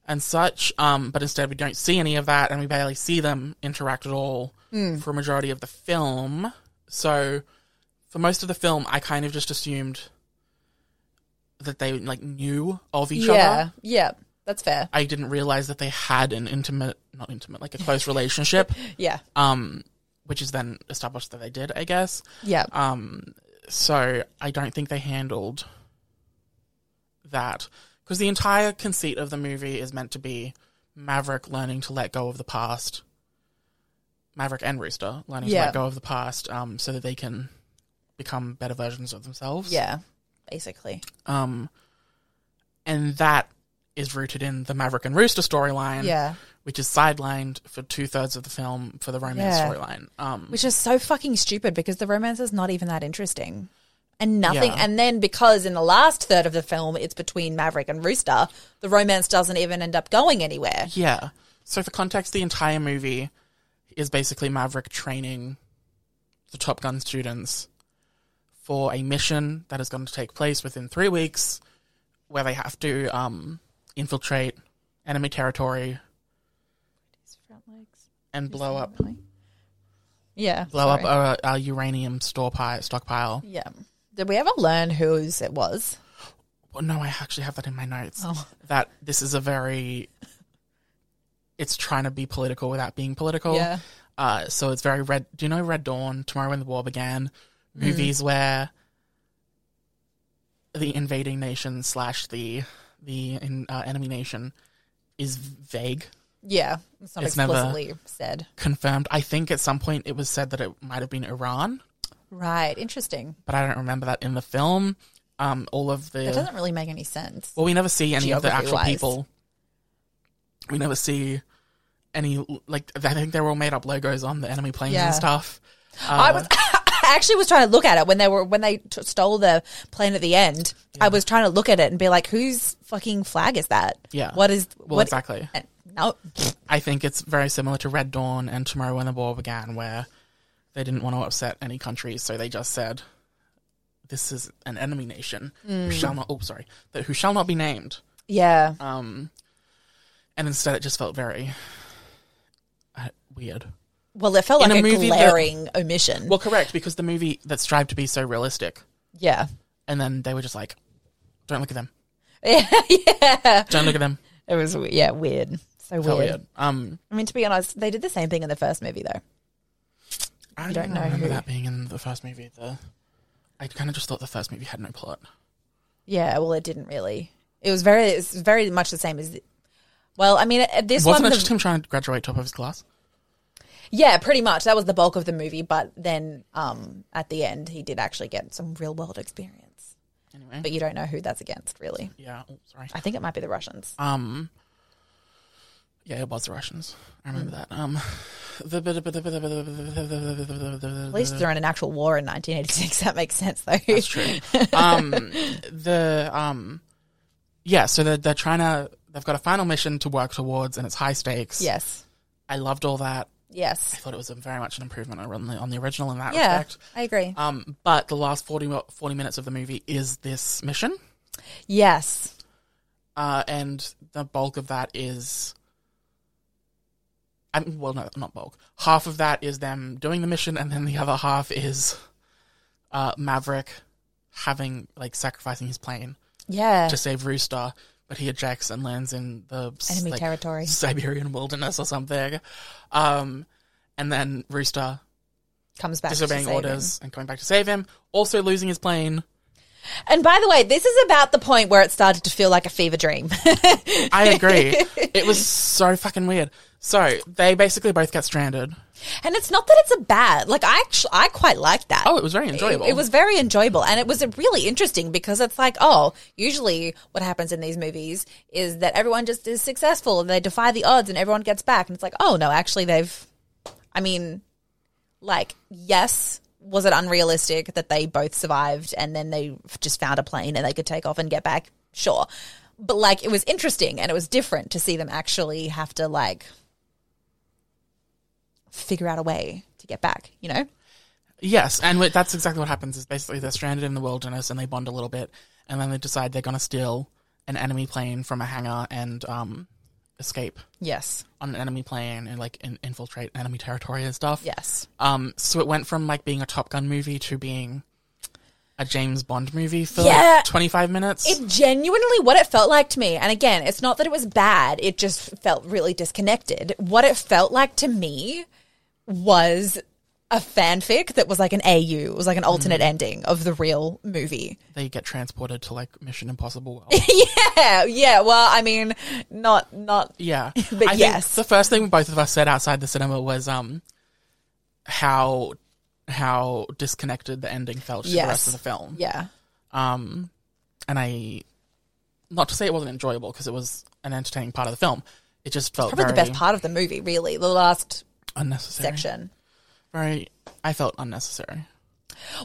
Speaker 1: and such. Um, but instead, we don't see any of that, and we barely see them interact at all
Speaker 2: Hmm.
Speaker 1: for a majority of the film. So, for most of the film, I kind of just assumed that they like knew of each
Speaker 2: yeah,
Speaker 1: other.
Speaker 2: yeah. That's fair.
Speaker 1: I didn't realize that they had an intimate, not intimate, like a
Speaker 2: [laughs]
Speaker 1: close relationship,
Speaker 2: Yeah,
Speaker 1: um, which is then established that they did, I guess.
Speaker 2: yeah,
Speaker 1: Um, so I don't think they handled that because the entire conceit of the movie is meant to be Maverick learning to let go of the past. Maverick and Rooster learning to
Speaker 2: Yeah.
Speaker 1: let go of the past, um, so that they can become better versions of themselves.
Speaker 2: yeah. Basically,
Speaker 1: Um, and that is rooted in the Maverick and Rooster storyline.
Speaker 2: Yeah.
Speaker 1: Which is sidelined for two thirds of the film for the romance
Speaker 2: Yeah.
Speaker 1: storyline. Um,
Speaker 2: which is so fucking stupid because the romance is not even that interesting, and nothing.
Speaker 1: Yeah.
Speaker 2: And then because in the last third of the film, it's between Maverick and Rooster, the romance doesn't even end up going anywhere.
Speaker 1: Yeah. So for context, the entire movie is basically Maverick training the Top Gun students for a mission that is going to take place within three weeks, where they have to um, infiltrate enemy territory and blow up
Speaker 2: Yeah,
Speaker 1: blow
Speaker 2: sorry.
Speaker 1: up a, a uranium store pi- stockpile.
Speaker 2: yeah. Did we ever learn whose it was?
Speaker 1: Well, Oh, no, I actually have that in my notes.
Speaker 2: Oh.
Speaker 1: That this is a very it's trying to be political without being political.
Speaker 2: Yeah.
Speaker 1: Uh, so it's very red. Do you know Red Dawn? Tomorrow when the war began,
Speaker 2: Hmm.
Speaker 1: movies where the invading nation slash the the in, uh, enemy nation is vague,
Speaker 2: Yeah, it's not
Speaker 1: It's never-
Speaker 2: explicitly said.
Speaker 1: confirmed. I think at some point it was said that it might have been Iran,
Speaker 2: Right. Interesting.
Speaker 1: but I don't remember that in the film. um, all of
Speaker 2: That
Speaker 1: the.
Speaker 2: doesn't really make any sense.
Speaker 1: Well, we never see any of the actual
Speaker 2: Geography-wise.
Speaker 1: people. We never see any like I think they were all made up logos on the enemy planes
Speaker 2: Yeah.
Speaker 1: and stuff. Uh,
Speaker 2: I
Speaker 1: Uh-huh.
Speaker 2: was [coughs] I actually was trying to look at it when they were when they t- stole the plane at the end. I was trying to look at it and be like, whose fucking flag is that?
Speaker 1: Yeah.
Speaker 2: What is
Speaker 1: Well,
Speaker 2: what
Speaker 1: exactly.
Speaker 2: and- No,
Speaker 1: I think it's very similar to Red Dawn and Tomorrow When the War Began, where they didn't want to upset any countries, so they just said, "This is an enemy nation
Speaker 2: Mm.
Speaker 1: who shall not." Oh, sorry, that who shall not be named.
Speaker 2: yeah,
Speaker 1: Um, and instead, it just felt very uh, weird.
Speaker 2: Well, it felt
Speaker 1: In
Speaker 2: like
Speaker 1: a
Speaker 2: a,
Speaker 1: movie that-
Speaker 2: glaring omission.
Speaker 1: Well, correct because the movie that strived to be so realistic,
Speaker 2: yeah. [laughs]
Speaker 1: and then they were just like, "Don't look at them.
Speaker 2: yeah.
Speaker 1: Don't look at them."
Speaker 2: It was, we- yeah, weird. So
Speaker 1: Felt
Speaker 2: [laughs] weird.
Speaker 1: weird. Um,
Speaker 2: I mean, to be honest, they did the same thing in the first movie, though.
Speaker 1: I
Speaker 2: You don't
Speaker 1: don't
Speaker 2: know
Speaker 1: remember
Speaker 2: who-
Speaker 1: that being in the first movie. The I kind of just thought the first movie had no plot.
Speaker 2: Yeah, well, it didn't really. It was very, it was very much the same as. the- Well, I mean, uh, this
Speaker 1: Wasn't
Speaker 2: one,
Speaker 1: it
Speaker 2: the-
Speaker 1: just him trying to graduate top of his class?
Speaker 2: yeah, pretty much. That was the bulk of the movie, but then um, at the end, he did actually get some real world experience.
Speaker 1: Anyway,
Speaker 2: But you don't know who that's against, really.
Speaker 1: yeah. Oh, sorry.
Speaker 2: I think it might be the Russians.
Speaker 1: Um, yeah, it was the Russians. I remember that. Um, the
Speaker 2: At least they're in an actual war in 1986. [laughs] That makes sense, though.
Speaker 1: That's true. Um, the um, yeah. So they're they're trying to. They've got a final mission to work towards, and it's high stakes.
Speaker 2: [laughs] Yes.
Speaker 1: I loved all that. I
Speaker 2: Yes.
Speaker 1: thought it was a very much an improvement on the on the original in that
Speaker 2: Yeah,
Speaker 1: respect.
Speaker 2: I agree.
Speaker 1: Um, but the last 40, mi- 40 minutes of the movie is this mission,
Speaker 2: Yes.
Speaker 1: uh, and the bulk of that is. I mean, well, no, not bulk. Half of that is them doing the mission, and then the other half is uh, Maverick having like sacrificing his plane
Speaker 2: Yeah.
Speaker 1: to save Rooster, but he ejects and lands in the s-
Speaker 2: Enemy
Speaker 1: like,
Speaker 2: territory.
Speaker 1: Siberian wilderness or something. Um, and then Rooster
Speaker 2: comes back to
Speaker 1: disobeying
Speaker 2: save
Speaker 1: orders and coming back to save him, also losing his plane.
Speaker 2: him. And by the way, this is about the point where it started to feel like a fever dream. [laughs]
Speaker 1: I agree. it was so fucking weird. So they basically both get stranded.
Speaker 2: and it's not that it's a bad. Like I actually I quite liked that.
Speaker 1: Oh, it was very enjoyable.
Speaker 2: It, it was very enjoyable and it was really interesting because it's like, oh, usually what happens in these movies is that everyone just is successful and they defy the odds and everyone gets back and it's like, oh no, actually they've I mean, like yes, was it unrealistic that they both survived and then they just found a plane and they could take off and get back? Sure. But like it was interesting and it was different to see them actually have to like figure out a way to get back, you know?
Speaker 1: Yes, and wh- that's exactly what happens. Is basically they're stranded in the wilderness and they bond a little bit, and then they decide they're gonna steal an enemy plane from a hangar and um, escape
Speaker 2: Yes.
Speaker 1: on an enemy plane and like in- infiltrate enemy territory and stuff.
Speaker 2: Yes.
Speaker 1: Um, so it went from like being a Top Gun movie to being a James Bond movie for
Speaker 2: Yeah.
Speaker 1: like twenty five minutes.
Speaker 2: It genuinely what it felt like to me, and again, it's not that it was bad, it just felt really disconnected. What it felt like to me was a fanfic that was like an AU, it was like an alternate ending of the real movie.
Speaker 1: they get transported to like Mission Impossible
Speaker 2: [laughs]
Speaker 1: world.
Speaker 2: Yeah, yeah. Well, I mean, not not
Speaker 1: Yeah.
Speaker 2: [laughs] But
Speaker 1: think
Speaker 2: yes.
Speaker 1: the first thing both of us said outside the cinema was um how how disconnected the ending felt to the rest
Speaker 2: yes.
Speaker 1: of the film.
Speaker 2: Yeah.
Speaker 1: Um and I not to say it wasn't enjoyable because it was an entertaining part of the film. It just felt
Speaker 2: Probably the
Speaker 1: very
Speaker 2: best part of the movie, really, the last
Speaker 1: unnecessary.
Speaker 2: section.
Speaker 1: Very I felt unnecessary.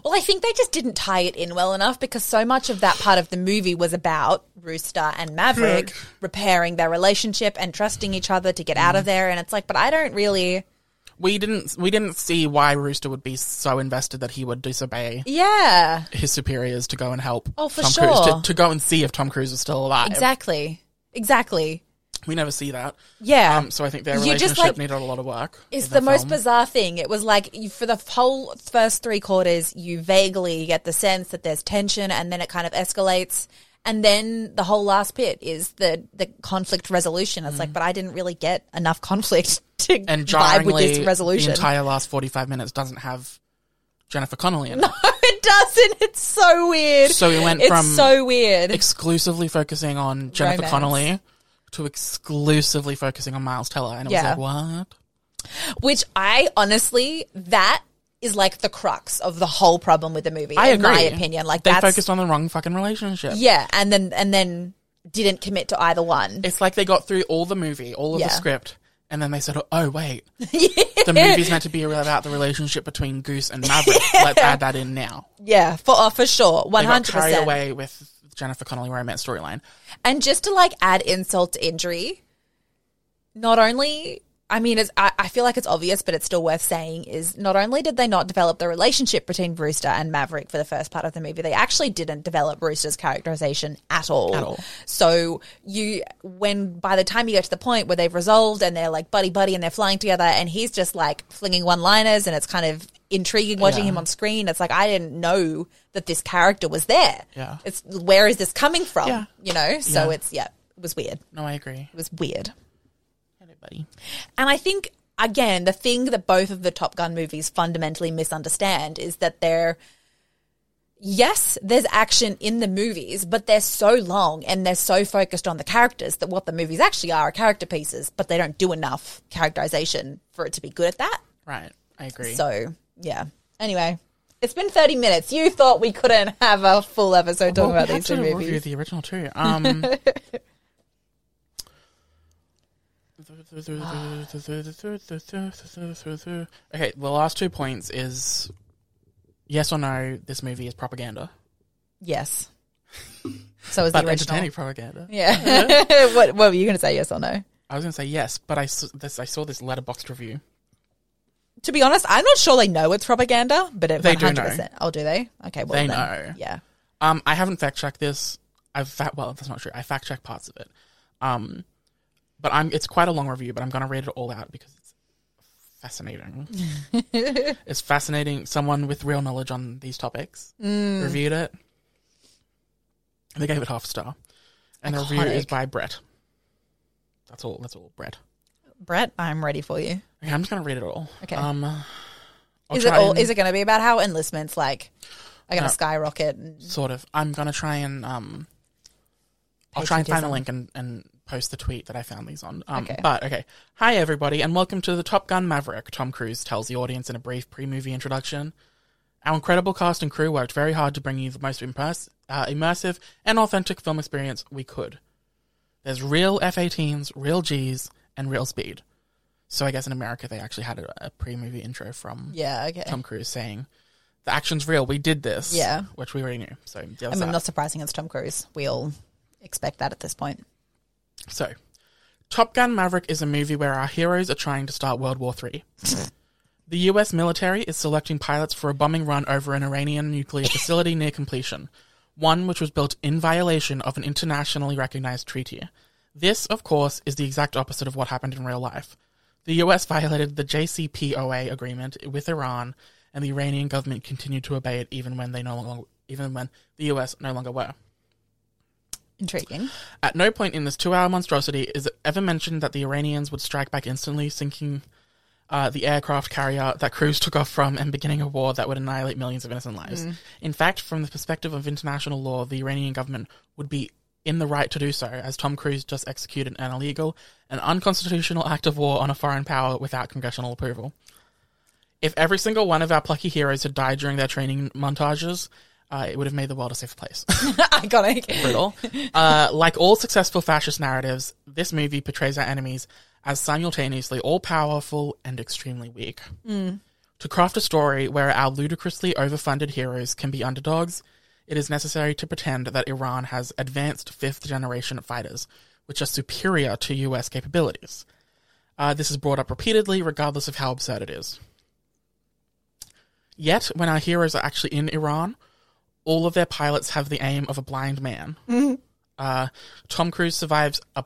Speaker 2: Well, I think they just didn't tie it in well enough because so much of that part of the movie was about Rooster and Maverick repairing their relationship and trusting each other to get out
Speaker 1: Mm.
Speaker 2: of there. And it's like, but I don't really.
Speaker 1: We didn't we didn't see why Rooster would be so invested that he would disobey
Speaker 2: Yeah,
Speaker 1: his superiors to go and help
Speaker 2: Oh, for
Speaker 1: Tom Cruise
Speaker 2: sure.
Speaker 1: to, to go and see if Tom Cruise was still alive.
Speaker 2: exactly. Exactly.
Speaker 1: We never see that.
Speaker 2: Yeah.
Speaker 1: Um, so I think their
Speaker 2: You
Speaker 1: relationship
Speaker 2: just, like-
Speaker 1: needed a lot of work.
Speaker 2: It's
Speaker 1: in
Speaker 2: the, most
Speaker 1: film.
Speaker 2: bizarre thing. It was like you, for the whole first three quarters, you vaguely get the sense that there's tension, and then it kind of escalates, and then the whole last bit is the the conflict resolution. It's like, but I didn't really get enough conflict [laughs] to
Speaker 1: Mm. and
Speaker 2: vibe with
Speaker 1: jarringly,
Speaker 2: this resolution.
Speaker 1: The
Speaker 2: [laughs]
Speaker 1: entire last forty-five minutes doesn't have Jennifer Connelly in it.
Speaker 2: it doesn't. It's so weird.
Speaker 1: So we went
Speaker 2: it's
Speaker 1: from
Speaker 2: so
Speaker 1: [laughs]
Speaker 2: weird.
Speaker 1: exclusively focusing on Jennifer
Speaker 2: Romance.
Speaker 1: Connelly to exclusively focusing on Miles Teller, and it
Speaker 2: Yeah.
Speaker 1: was like what?
Speaker 2: Which I honestly, that is like the crux of the whole problem with the movie.
Speaker 1: I
Speaker 2: in
Speaker 1: agree.
Speaker 2: my opinion, like
Speaker 1: they
Speaker 2: that's
Speaker 1: focused on the wrong fucking relationship.
Speaker 2: yeah, and then and then didn't commit to either one.
Speaker 1: It's like they got through all the movie, all of
Speaker 2: Yeah.
Speaker 1: the script, and then they said, "Oh
Speaker 2: [laughs]
Speaker 1: wait, the movie's meant to be about the relationship between Goose and
Speaker 2: [laughs]
Speaker 1: Maverick. Let's add that in now."
Speaker 2: Yeah, for oh, for sure, one
Speaker 1: They got
Speaker 2: hundred
Speaker 1: carried
Speaker 2: percent.
Speaker 1: away with Jennifer Connelly romance storyline.
Speaker 2: And just to like add insult to injury, not only I mean, it's, I, I feel like it's obvious, but it's still worth saying is not only did they not develop the relationship between Brewster and Maverick for the first part of the movie, they actually didn't develop Brewster's characterization at all.
Speaker 1: At all.
Speaker 2: So you, when by the time you get to the point where they've resolved and they're like buddy buddy and they're flying together, and he's just like flinging one liners, and it's kind of intriguing watching
Speaker 1: Yeah.
Speaker 2: him on screen. It's like I didn't know that this character was there.
Speaker 1: Yeah.
Speaker 2: It's where is this coming from?
Speaker 1: Yeah.
Speaker 2: Um, You know. So
Speaker 1: Yeah.
Speaker 2: it's yeah, it was weird.
Speaker 1: No, I agree.
Speaker 2: It was weird.
Speaker 1: Hello, buddy.
Speaker 2: And I think, again, the thing that both of the Top Gun movies fundamentally misunderstand is that they're, yes, there's action in the movies, but they're so long and they're so focused on the characters that what the movies actually are are character pieces, but they don't do enough characterization for it to be good at that.
Speaker 1: Right, I agree.
Speaker 2: So, yeah. Anyway. It's been 30 minutes. You thought we couldn't have a full episode talking
Speaker 1: Well,
Speaker 2: about
Speaker 1: we
Speaker 2: these
Speaker 1: had
Speaker 2: two
Speaker 1: to Review
Speaker 2: movies.
Speaker 1: the original too.
Speaker 2: [laughs]
Speaker 1: Um, okay, the last two points is yes or no. This movie is propaganda,
Speaker 2: Yes. [laughs] So is
Speaker 1: but
Speaker 2: the original.
Speaker 1: entertaining propaganda.
Speaker 2: Yeah. [laughs] what, what were you going to say, yes or no?
Speaker 1: I was gonna say yes, but I s- this I saw this letterboxed review.
Speaker 2: To be honest, I'm not sure they know it's propaganda, but it
Speaker 1: They do
Speaker 2: 100%.
Speaker 1: know.
Speaker 2: Oh, do they? Okay, well
Speaker 1: They
Speaker 2: then,
Speaker 1: know.
Speaker 2: Yeah,
Speaker 1: Um, I haven't fact checked this. I've fact well, that's not true. I fact checked parts of it. Um, but I'm it's quite a long review, but I'm gonna read it all out because it's
Speaker 2: [laughs]
Speaker 1: fascinating. it's fascinating. Someone with real knowledge on these topics
Speaker 2: Mm.
Speaker 1: reviewed it. They gave it half a star, and the review is
Speaker 2: Iconic.
Speaker 1: by Brett. That's all. That's all, Brett.
Speaker 2: Brett, I'm ready for you.
Speaker 1: Okay, I'm just gonna read it all.
Speaker 2: Okay.
Speaker 1: Um, I'll
Speaker 2: is it
Speaker 1: try
Speaker 2: all?
Speaker 1: and-
Speaker 2: Is it going to be about how enlistments like are going to
Speaker 1: No.
Speaker 2: skyrocket? And,
Speaker 1: sort of. I'm gonna try and um, I'll try and find the link and, and post the tweet that I found these on. Um,
Speaker 2: Okay.
Speaker 1: But okay, hi everybody, and welcome to the Top Gun Maverick. Tom Cruise tells the audience in a brief pre-movie introduction. Our incredible cast and crew worked very hard to bring you the most impress- uh, immersive and authentic film experience we could. There's real F-18s, real Gs, and real speed. So I guess in America they actually had a, a pre-movie intro from
Speaker 2: yeah, okay.
Speaker 1: Tom Cruise saying, "The action's real. We did this."
Speaker 2: Yeah.
Speaker 1: which we already knew. So there
Speaker 2: I
Speaker 1: was
Speaker 2: mean,
Speaker 1: that.
Speaker 2: not surprising. It's Tom Cruise. We all expect that at this point.
Speaker 1: So, Top Gun Maverick is a movie where our heroes are trying to start World War III. the US military is selecting pilots for a bombing run over an Iranian nuclear facility near completion, one which was built in violation of an internationally recognized treaty. This, of course, is the exact opposite of what happened in real life. The US violated the JCPOA agreement with Iran, and the Iranian government continued to obey it even when they no longer even when the US no longer were.
Speaker 2: Intriguing.
Speaker 1: At no point in this two hour monstrosity is it ever mentioned that the Iranians would strike back instantly, sinking uh, the aircraft carrier that crews took off from and beginning a war that would annihilate millions of innocent lives. In fact, from the perspective of international law, the Iranian government would be in the right to do so, as Tom Cruise just executed an illegal and unconstitutional act of war on a foreign power without congressional approval. If every single one of our plucky heroes had died during their training montages, uh, it would have made the world a safer place
Speaker 2: [laughs] Iconic.
Speaker 1: brutal. Uh, like all successful fascist narratives, this movie portrays our enemies as simultaneously all powerful and extremely weak. To craft a story where our ludicrously overfunded heroes can be underdogs, it is necessary to pretend that Iran has advanced fifth generation fighters, which are superior to US capabilities. Uh, this is brought up repeatedly, regardless of how absurd it is. Yet, when our heroes are actually in Iran, all of their pilots have the aim of a blind man. Uh, Tom Cruise survives a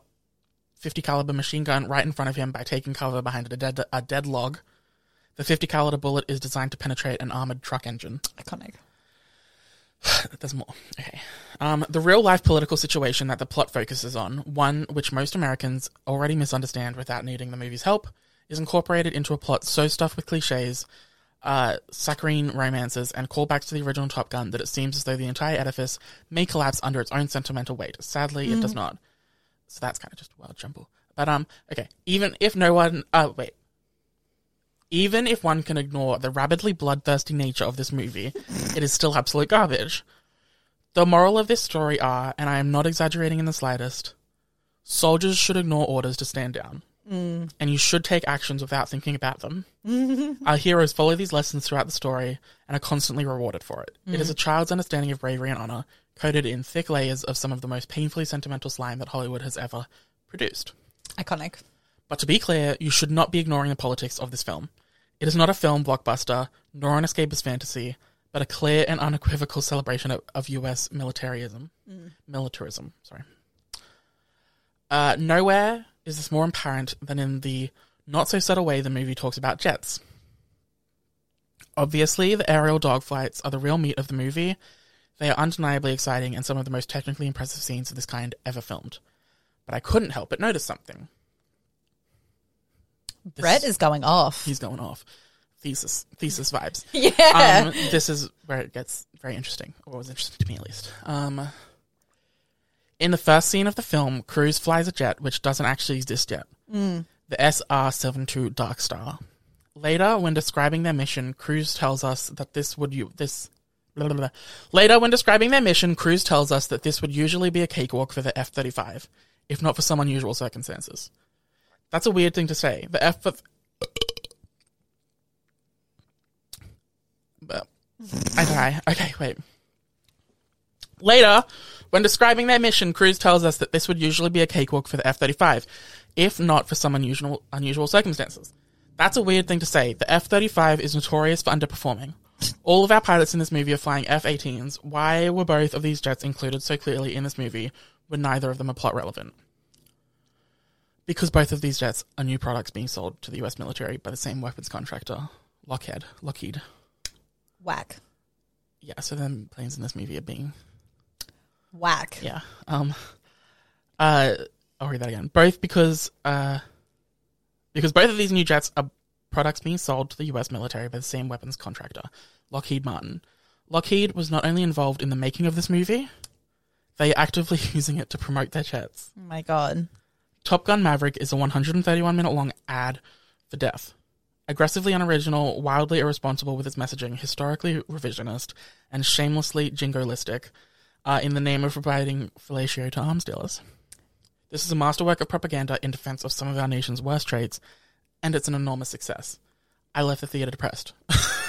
Speaker 1: 50 caliber machine gun right in front of him by taking cover behind a dead, a dead log. The 50 caliber bullet is designed to penetrate an armored truck engine.
Speaker 2: Iconic.
Speaker 1: There's more. Okay. Um, the real life political situation that the plot focuses on, one which most Americans already misunderstand without needing the movie's help, is incorporated into a plot so stuffed with cliches, uh, saccharine romances, and callbacks to the original Top Gun that it seems as though the entire edifice may collapse under its own sentimental weight. Sadly, it does not. So that's kind of just a wild jumble. But um, okay. Even if no one, uh, wait. Even if one can ignore the rabidly bloodthirsty nature of this movie, it is still absolute garbage. The moral of this story are, and I am not exaggerating in the slightest, soldiers should ignore orders to stand down. And you should take actions without thinking about them. Our heroes follow these lessons throughout the story and are constantly rewarded for it. It is a child's understanding of bravery and honor, coated in thick layers of some of the most painfully sentimental slime that Hollywood has ever produced.
Speaker 2: Iconic.
Speaker 1: But to be clear, you should not be ignoring the politics of this film. It is not a film blockbuster, nor an escapist fantasy, but a clear and unequivocal celebration of, of US militarism. Militarism, sorry. Uh, nowhere is this more apparent than in the not so subtle way the movie talks about jets. Obviously, the aerial dogfights are the real meat of the movie. They are undeniably exciting and some of the most technically impressive scenes of this kind ever filmed. But I couldn't help but notice something. This-
Speaker 2: Brett is going off.
Speaker 1: he's going off. Thesis, thesis vibes.
Speaker 2: Yeah.
Speaker 1: Um, this is where it gets very interesting, or was interesting to me at least. Um, in the first scene of the film, Cruz flies a jet which doesn't actually exist yet. The SR 72 Dark Star. Later, when describing their mission, Cruz tells us that this would you this. Blah, blah, blah. Later, when describing their mission, Cruz tells us that this would usually be a cakewalk for the F 35, if not for some unusual circumstances. That's a weird thing to say. The F. But I die. Okay, wait. Later, when describing their mission, Cruz tells us that this would usually be a cakewalk for the F 35, if not for some unusual, unusual circumstances. That's a weird thing to say. The F 35 is notorious for underperforming. All of our pilots in this movie are flying F 18s. Why were both of these jets included so clearly in this movie when neither of them are plot relevant? Because both of these jets are new products being sold to the US military by the same weapons contractor, Lockheed. Lockheed.
Speaker 2: Whack.
Speaker 1: Yeah, so then planes in this movie are being
Speaker 2: Whack.
Speaker 1: Yeah. Um. Uh. I'll read that again. Both because uh, because both of these new jets are products being sold to the U.S. military by the same weapons contractor, Lockheed Martin. Lockheed was not only involved in the making of this movie, they are actively [laughs] using it to promote their jets.
Speaker 2: Oh my God.
Speaker 1: Top Gun Maverick is a 131 minute long ad for death. Aggressively unoriginal, wildly irresponsible with its messaging, historically revisionist, and shamelessly jingoistic uh, in the name of providing fellatio to arms dealers. This is a masterwork of propaganda in defense of some of our nation's worst traits, and it's an enormous success. I left the theater depressed. [laughs]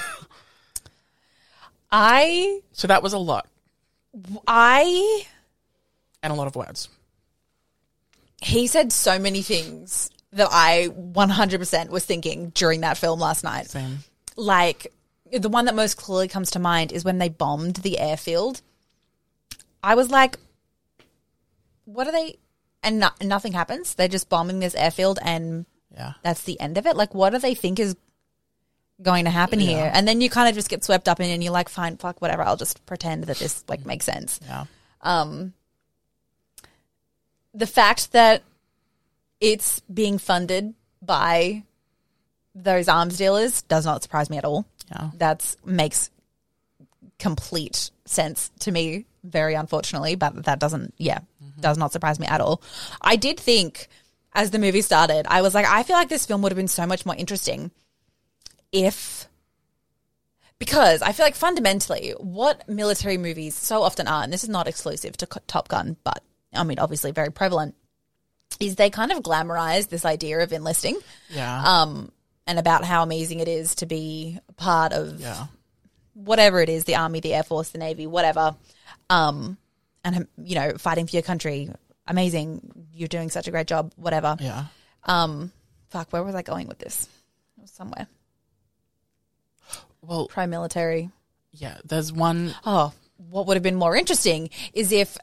Speaker 2: I,
Speaker 1: so that was a lot,
Speaker 2: I,
Speaker 1: and a lot of words.
Speaker 2: he said so many things that I 100% was thinking during that film last night.
Speaker 1: Same.
Speaker 2: like the one that most clearly comes to mind is when they bombed the airfield. I was like, what are they? And no- nothing happens. They're just bombing this airfield and
Speaker 1: Yeah.
Speaker 2: that's the end of it. Like, what do they think is going to happen here? And then you kind of just get swept up in it and you're like, fine, fuck, whatever. I'll just pretend that this like makes sense
Speaker 1: Yeah.
Speaker 2: the fact that it's being funded by those arms dealers does not surprise me at all.
Speaker 1: Yeah.
Speaker 2: That's makes complete sense to me, very unfortunately, but that doesn't yeah, does not surprise me at all. I did think as the movie started, I was like, I feel like this film would have been so much more interesting if because I feel like fundamentally, what military movies so often are, and this is not exclusive to Co- Top Gun, but I mean, obviously very prevalent, is they kind of glamorize this idea of enlisting
Speaker 1: Yeah.
Speaker 2: um, and about how amazing it is to be part of
Speaker 1: yeah.
Speaker 2: whatever it is the army, the air force, the navy, whatever. Um, and, um, you know, fighting for your country. Amazing. You're doing such a great job, whatever.
Speaker 1: Yeah.
Speaker 2: Um, fuck, where was I going with this? It was somewhere.
Speaker 1: Well,
Speaker 2: Pro military.
Speaker 1: yeah. There's one.
Speaker 2: oh, what would have been more interesting is if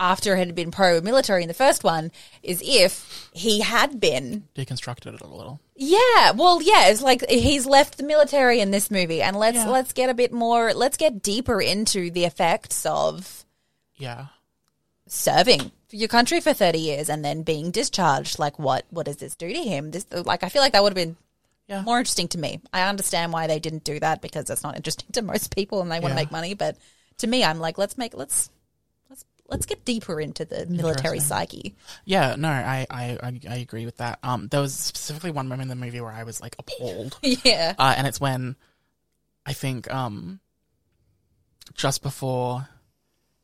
Speaker 2: after it had been pro military in the first one, is if he had been.
Speaker 1: Deconstructed it a little.
Speaker 2: Yeah, well, yeah, it's like he's left the military in this movie, and let's
Speaker 1: Yeah.
Speaker 2: let's get a bit more, let's get deeper into the effects of
Speaker 1: Yeah.
Speaker 2: serving for your country for thirty years and then being discharged. Like, what what does this do to him? This like I feel like that would have been.
Speaker 1: Yeah.
Speaker 2: More interesting to me. I understand why they didn't do that [laughs] because that's not interesting to most people, and they want
Speaker 1: Yeah.
Speaker 2: to make money. But to me, I'm like, let's make let's let's let's get deeper into the military psyche. [laughs]
Speaker 1: Yeah, no, I, I, I, I agree with that. Um, there was specifically one moment in the movie where I was like
Speaker 2: [laughs]
Speaker 1: appalled.
Speaker 2: yeah.
Speaker 1: Uh, and it's when I think um, just before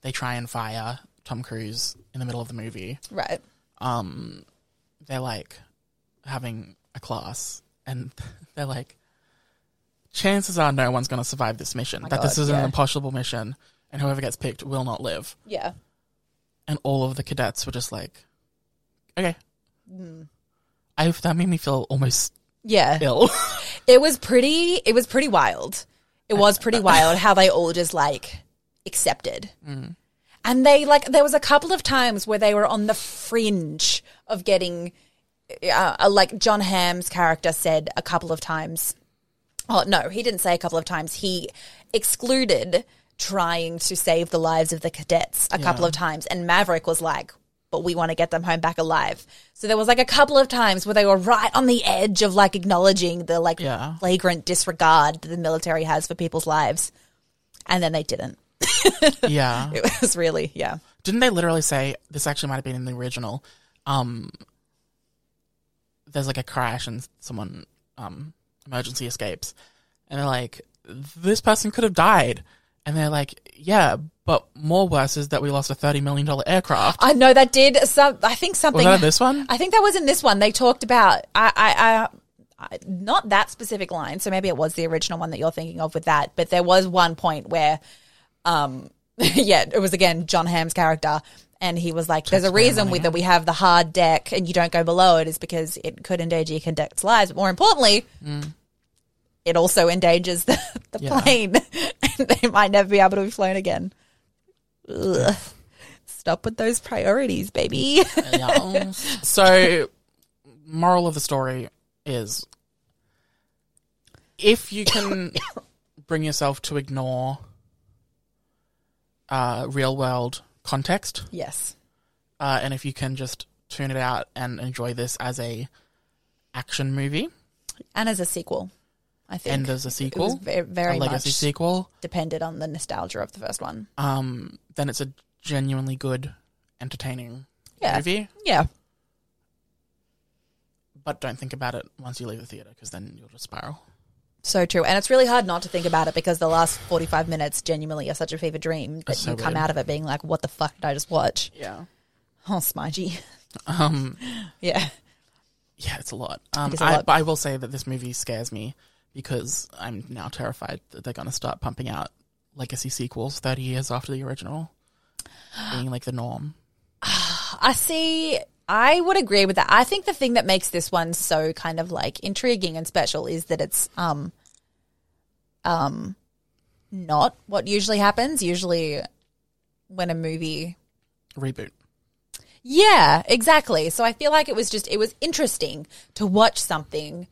Speaker 1: they try and fire Tom Cruise in the middle of the movie,
Speaker 2: Right.
Speaker 1: um, they're like having a class and [laughs] they're like, chances are no one's going to survive this mission, that this
Speaker 2: God,
Speaker 1: is
Speaker 2: yeah.
Speaker 1: an impossible mission, and whoever gets picked will not live.
Speaker 2: Yeah.
Speaker 1: And all of the cadets were just like, okay. I, that made me feel almost
Speaker 2: Yeah.
Speaker 1: ill.
Speaker 2: It was pretty. It was pretty wild. It was pretty wild how they all just like accepted. And they like there was a couple of times where they were on the fringe of getting, uh, uh, like John Hamm's character said a couple of times. Oh no, he didn't say a couple of times. He excluded trying to save the lives of the cadets a couple of times, and Maverick was like. But we want to get them home back alive. So there was like a couple of times where they were right on the edge of like acknowledging the like
Speaker 1: Yeah.
Speaker 2: flagrant disregard that the military has for people's lives, and then they didn't.
Speaker 1: yeah.
Speaker 2: It [laughs] was really yeah.
Speaker 1: Didn't they literally say this actually might have been in the original? Um, there's like a crash and someone um, emergency escapes, and they're like, "This person could have died," and they're like, "Yeah, but more worse is that we lost a thirty million dollar aircraft."
Speaker 2: I know that did some. I think something.
Speaker 1: Was that in this one?
Speaker 2: I think that was in this one. They talked about I, I, I, I not that specific line. So maybe it was the original one that you're thinking of with that. But there was one point where, um, [laughs] yeah, it was again John Hamm's character, and he was like, "There's a reason with that we have the hard deck, and you don't go below it is because it could endanger your conduct's lives. But more importantly." It also endangers the, [laughs] the
Speaker 1: Mm. Yeah.
Speaker 2: plane, and they might never be able to be flown again. Ugh. Stop with those priorities, baby. [laughs]
Speaker 1: Yeah. [laughs] so, moral of the story is, if you
Speaker 2: [coughs]
Speaker 1: can bring yourself to ignore uh, real world context.
Speaker 2: yes.
Speaker 1: uh, and if you can just tune it out and enjoy this as a action movie
Speaker 2: and as a sequel, I think.
Speaker 1: and as a
Speaker 2: it was
Speaker 1: sequel,
Speaker 2: very,
Speaker 1: a
Speaker 2: very much
Speaker 1: legacy sequel,
Speaker 2: depended on the nostalgia of the first one.
Speaker 1: um, then it's a genuinely good, entertaining
Speaker 2: Yeah.
Speaker 1: movie.
Speaker 2: Yeah,
Speaker 1: But don't think about it once you leave the theater because then you'll just spiral.
Speaker 2: so true. And it's really hard not to think about it because the last forty-five minutes genuinely are such a fever dream that
Speaker 1: That's so
Speaker 2: you come
Speaker 1: weird.
Speaker 2: out of it being like, "What the fuck did I just watch?" [laughs]
Speaker 1: Yeah.
Speaker 2: Oh, Smidgey.
Speaker 1: [laughs] Um.
Speaker 2: [laughs] yeah,
Speaker 1: Yeah, it's a lot. Um.
Speaker 2: It is a
Speaker 1: I,
Speaker 2: lot.
Speaker 1: But I will say that this movie scares me because I'm now terrified that they're going to start pumping out legacy sequels 30 years after the
Speaker 2: [gasps]
Speaker 1: original, being like the norm.
Speaker 2: I see. I would agree with that. I think the thing that makes this one so kind of like intriguing and special is that it's um um not what usually happens. Usually, when a movie
Speaker 1: Reboot.
Speaker 2: Yeah, exactly. So I feel like it was just it was interesting to watch something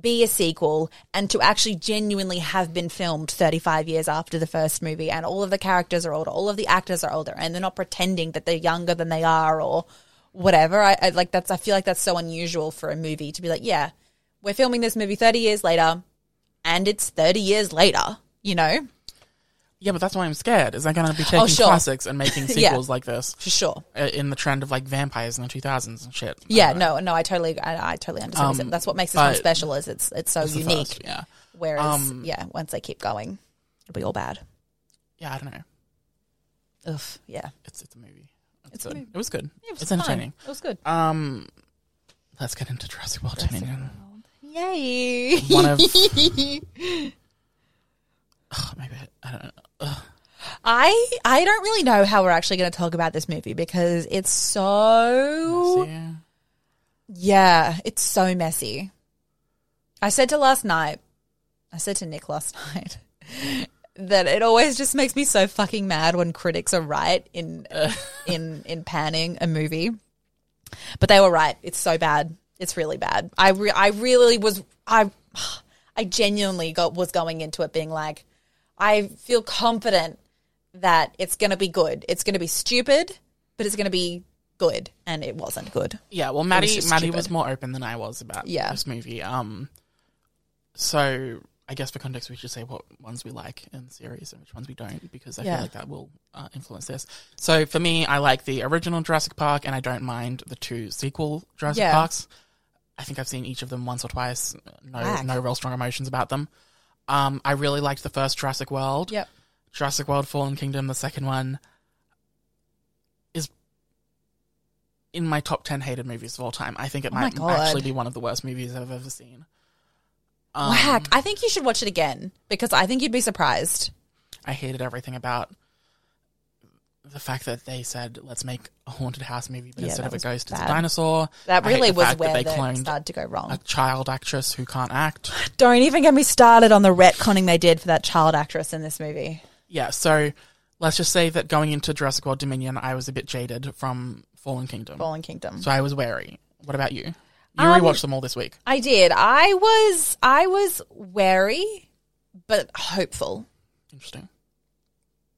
Speaker 2: be a sequel and to actually genuinely have been filmed 35 years after the first movie and all of the characters are older, all of the actors are older and they're not pretending that they're younger than they are or whatever. I, I like that's I feel like that's so unusual for a movie to be like, yeah, we're filming this movie 30 years later and it's 30 years later, you know?
Speaker 1: Yeah, but that's why I'm scared. Is they're going to be taking
Speaker 2: Oh, sure.
Speaker 1: classics and making
Speaker 2: [laughs] Yeah.
Speaker 1: sequels like this
Speaker 2: For sure.
Speaker 1: uh, in the trend of like vampires in the 2000s and shit.
Speaker 2: Yeah, no, no, I totally, I, I totally understand.
Speaker 1: Um,
Speaker 2: That's what makes this one
Speaker 1: but-
Speaker 2: special is it's it's so
Speaker 1: It's the
Speaker 2: unique.
Speaker 1: first, yeah,
Speaker 2: Whereas,
Speaker 1: Um,
Speaker 2: yeah, once they keep going, it'll be all bad.
Speaker 1: yeah. I don't know.
Speaker 2: Ugh, yeah.
Speaker 1: It's it's a movie. It's,
Speaker 2: It's a
Speaker 1: good.
Speaker 2: movie.
Speaker 1: It was good.
Speaker 2: It was
Speaker 1: it's
Speaker 2: fine.
Speaker 1: entertaining.
Speaker 2: It was good.
Speaker 1: Um, let's get into Jurassic World Dominion.
Speaker 2: Yay.
Speaker 1: One
Speaker 2: [laughs]
Speaker 1: of Ugh, maybe I, I don't know. Ugh.
Speaker 2: I I don't really know how we're actually going to talk about this movie because it's so
Speaker 1: See?
Speaker 2: yeah, it's so messy. I said to last night, I said to Nick last [laughs] night that it always just makes me so fucking mad when critics are right in in in panning a movie. But they were right. It's so bad. It's really bad. I re- I really was I I genuinely got was going into it being like I feel confident that it's going to be good. It's going to be stupid, but it's going to be good and it wasn't good.
Speaker 1: Yeah, well, Maddie
Speaker 2: just
Speaker 1: Maddie
Speaker 2: stupid.
Speaker 1: was more open than I was about
Speaker 2: Yeah.
Speaker 1: this movie. Um, so I guess for context, we should say what ones we like in series and which ones we don't, because I
Speaker 2: Yeah.
Speaker 1: feel like that will uh, influence this. So for me, I like the original Jurassic Park, and I don't mind the two sequel Jurassic
Speaker 2: Yeah.
Speaker 1: Parks. I think I've seen each of them once or twice. No,
Speaker 2: Whack.
Speaker 1: no real strong emotions about them. Um, I really liked the first Jurassic World.
Speaker 2: Yep.
Speaker 1: Jurassic World Fallen Kingdom, the second one, is in my top 10 hated movies of all time. I think it
Speaker 2: Oh my
Speaker 1: might
Speaker 2: God.
Speaker 1: actually be one of the worst movies I've ever seen. Um,
Speaker 2: Whack. I think you should watch it again because I think you'd be surprised.
Speaker 1: I hated everything about the fact that they said, let's make a haunted house movie, but
Speaker 2: Yeah,
Speaker 1: instead
Speaker 2: that
Speaker 1: of a
Speaker 2: was
Speaker 1: ghost, it's a
Speaker 2: bad.
Speaker 1: dinosaur.
Speaker 2: That
Speaker 1: I hate
Speaker 2: really
Speaker 1: the
Speaker 2: was
Speaker 1: fact
Speaker 2: where
Speaker 1: that they
Speaker 2: that it
Speaker 1: cloned
Speaker 2: started to go wrong.
Speaker 1: a child actress who can't
Speaker 2: [laughs]
Speaker 1: act.
Speaker 2: Don't even get me started on the retconning they did for that child actress in this movie.
Speaker 1: Yeah, so let's just say that going into Jurassic World Dominion, I was a bit jaded from Fallen Kingdom.
Speaker 2: Fallen Kingdom.
Speaker 1: So I was wary. What about you? You
Speaker 2: Um,
Speaker 1: rewatched them all this week.
Speaker 2: I did. I was I was wary but hopeful.
Speaker 1: Interesting.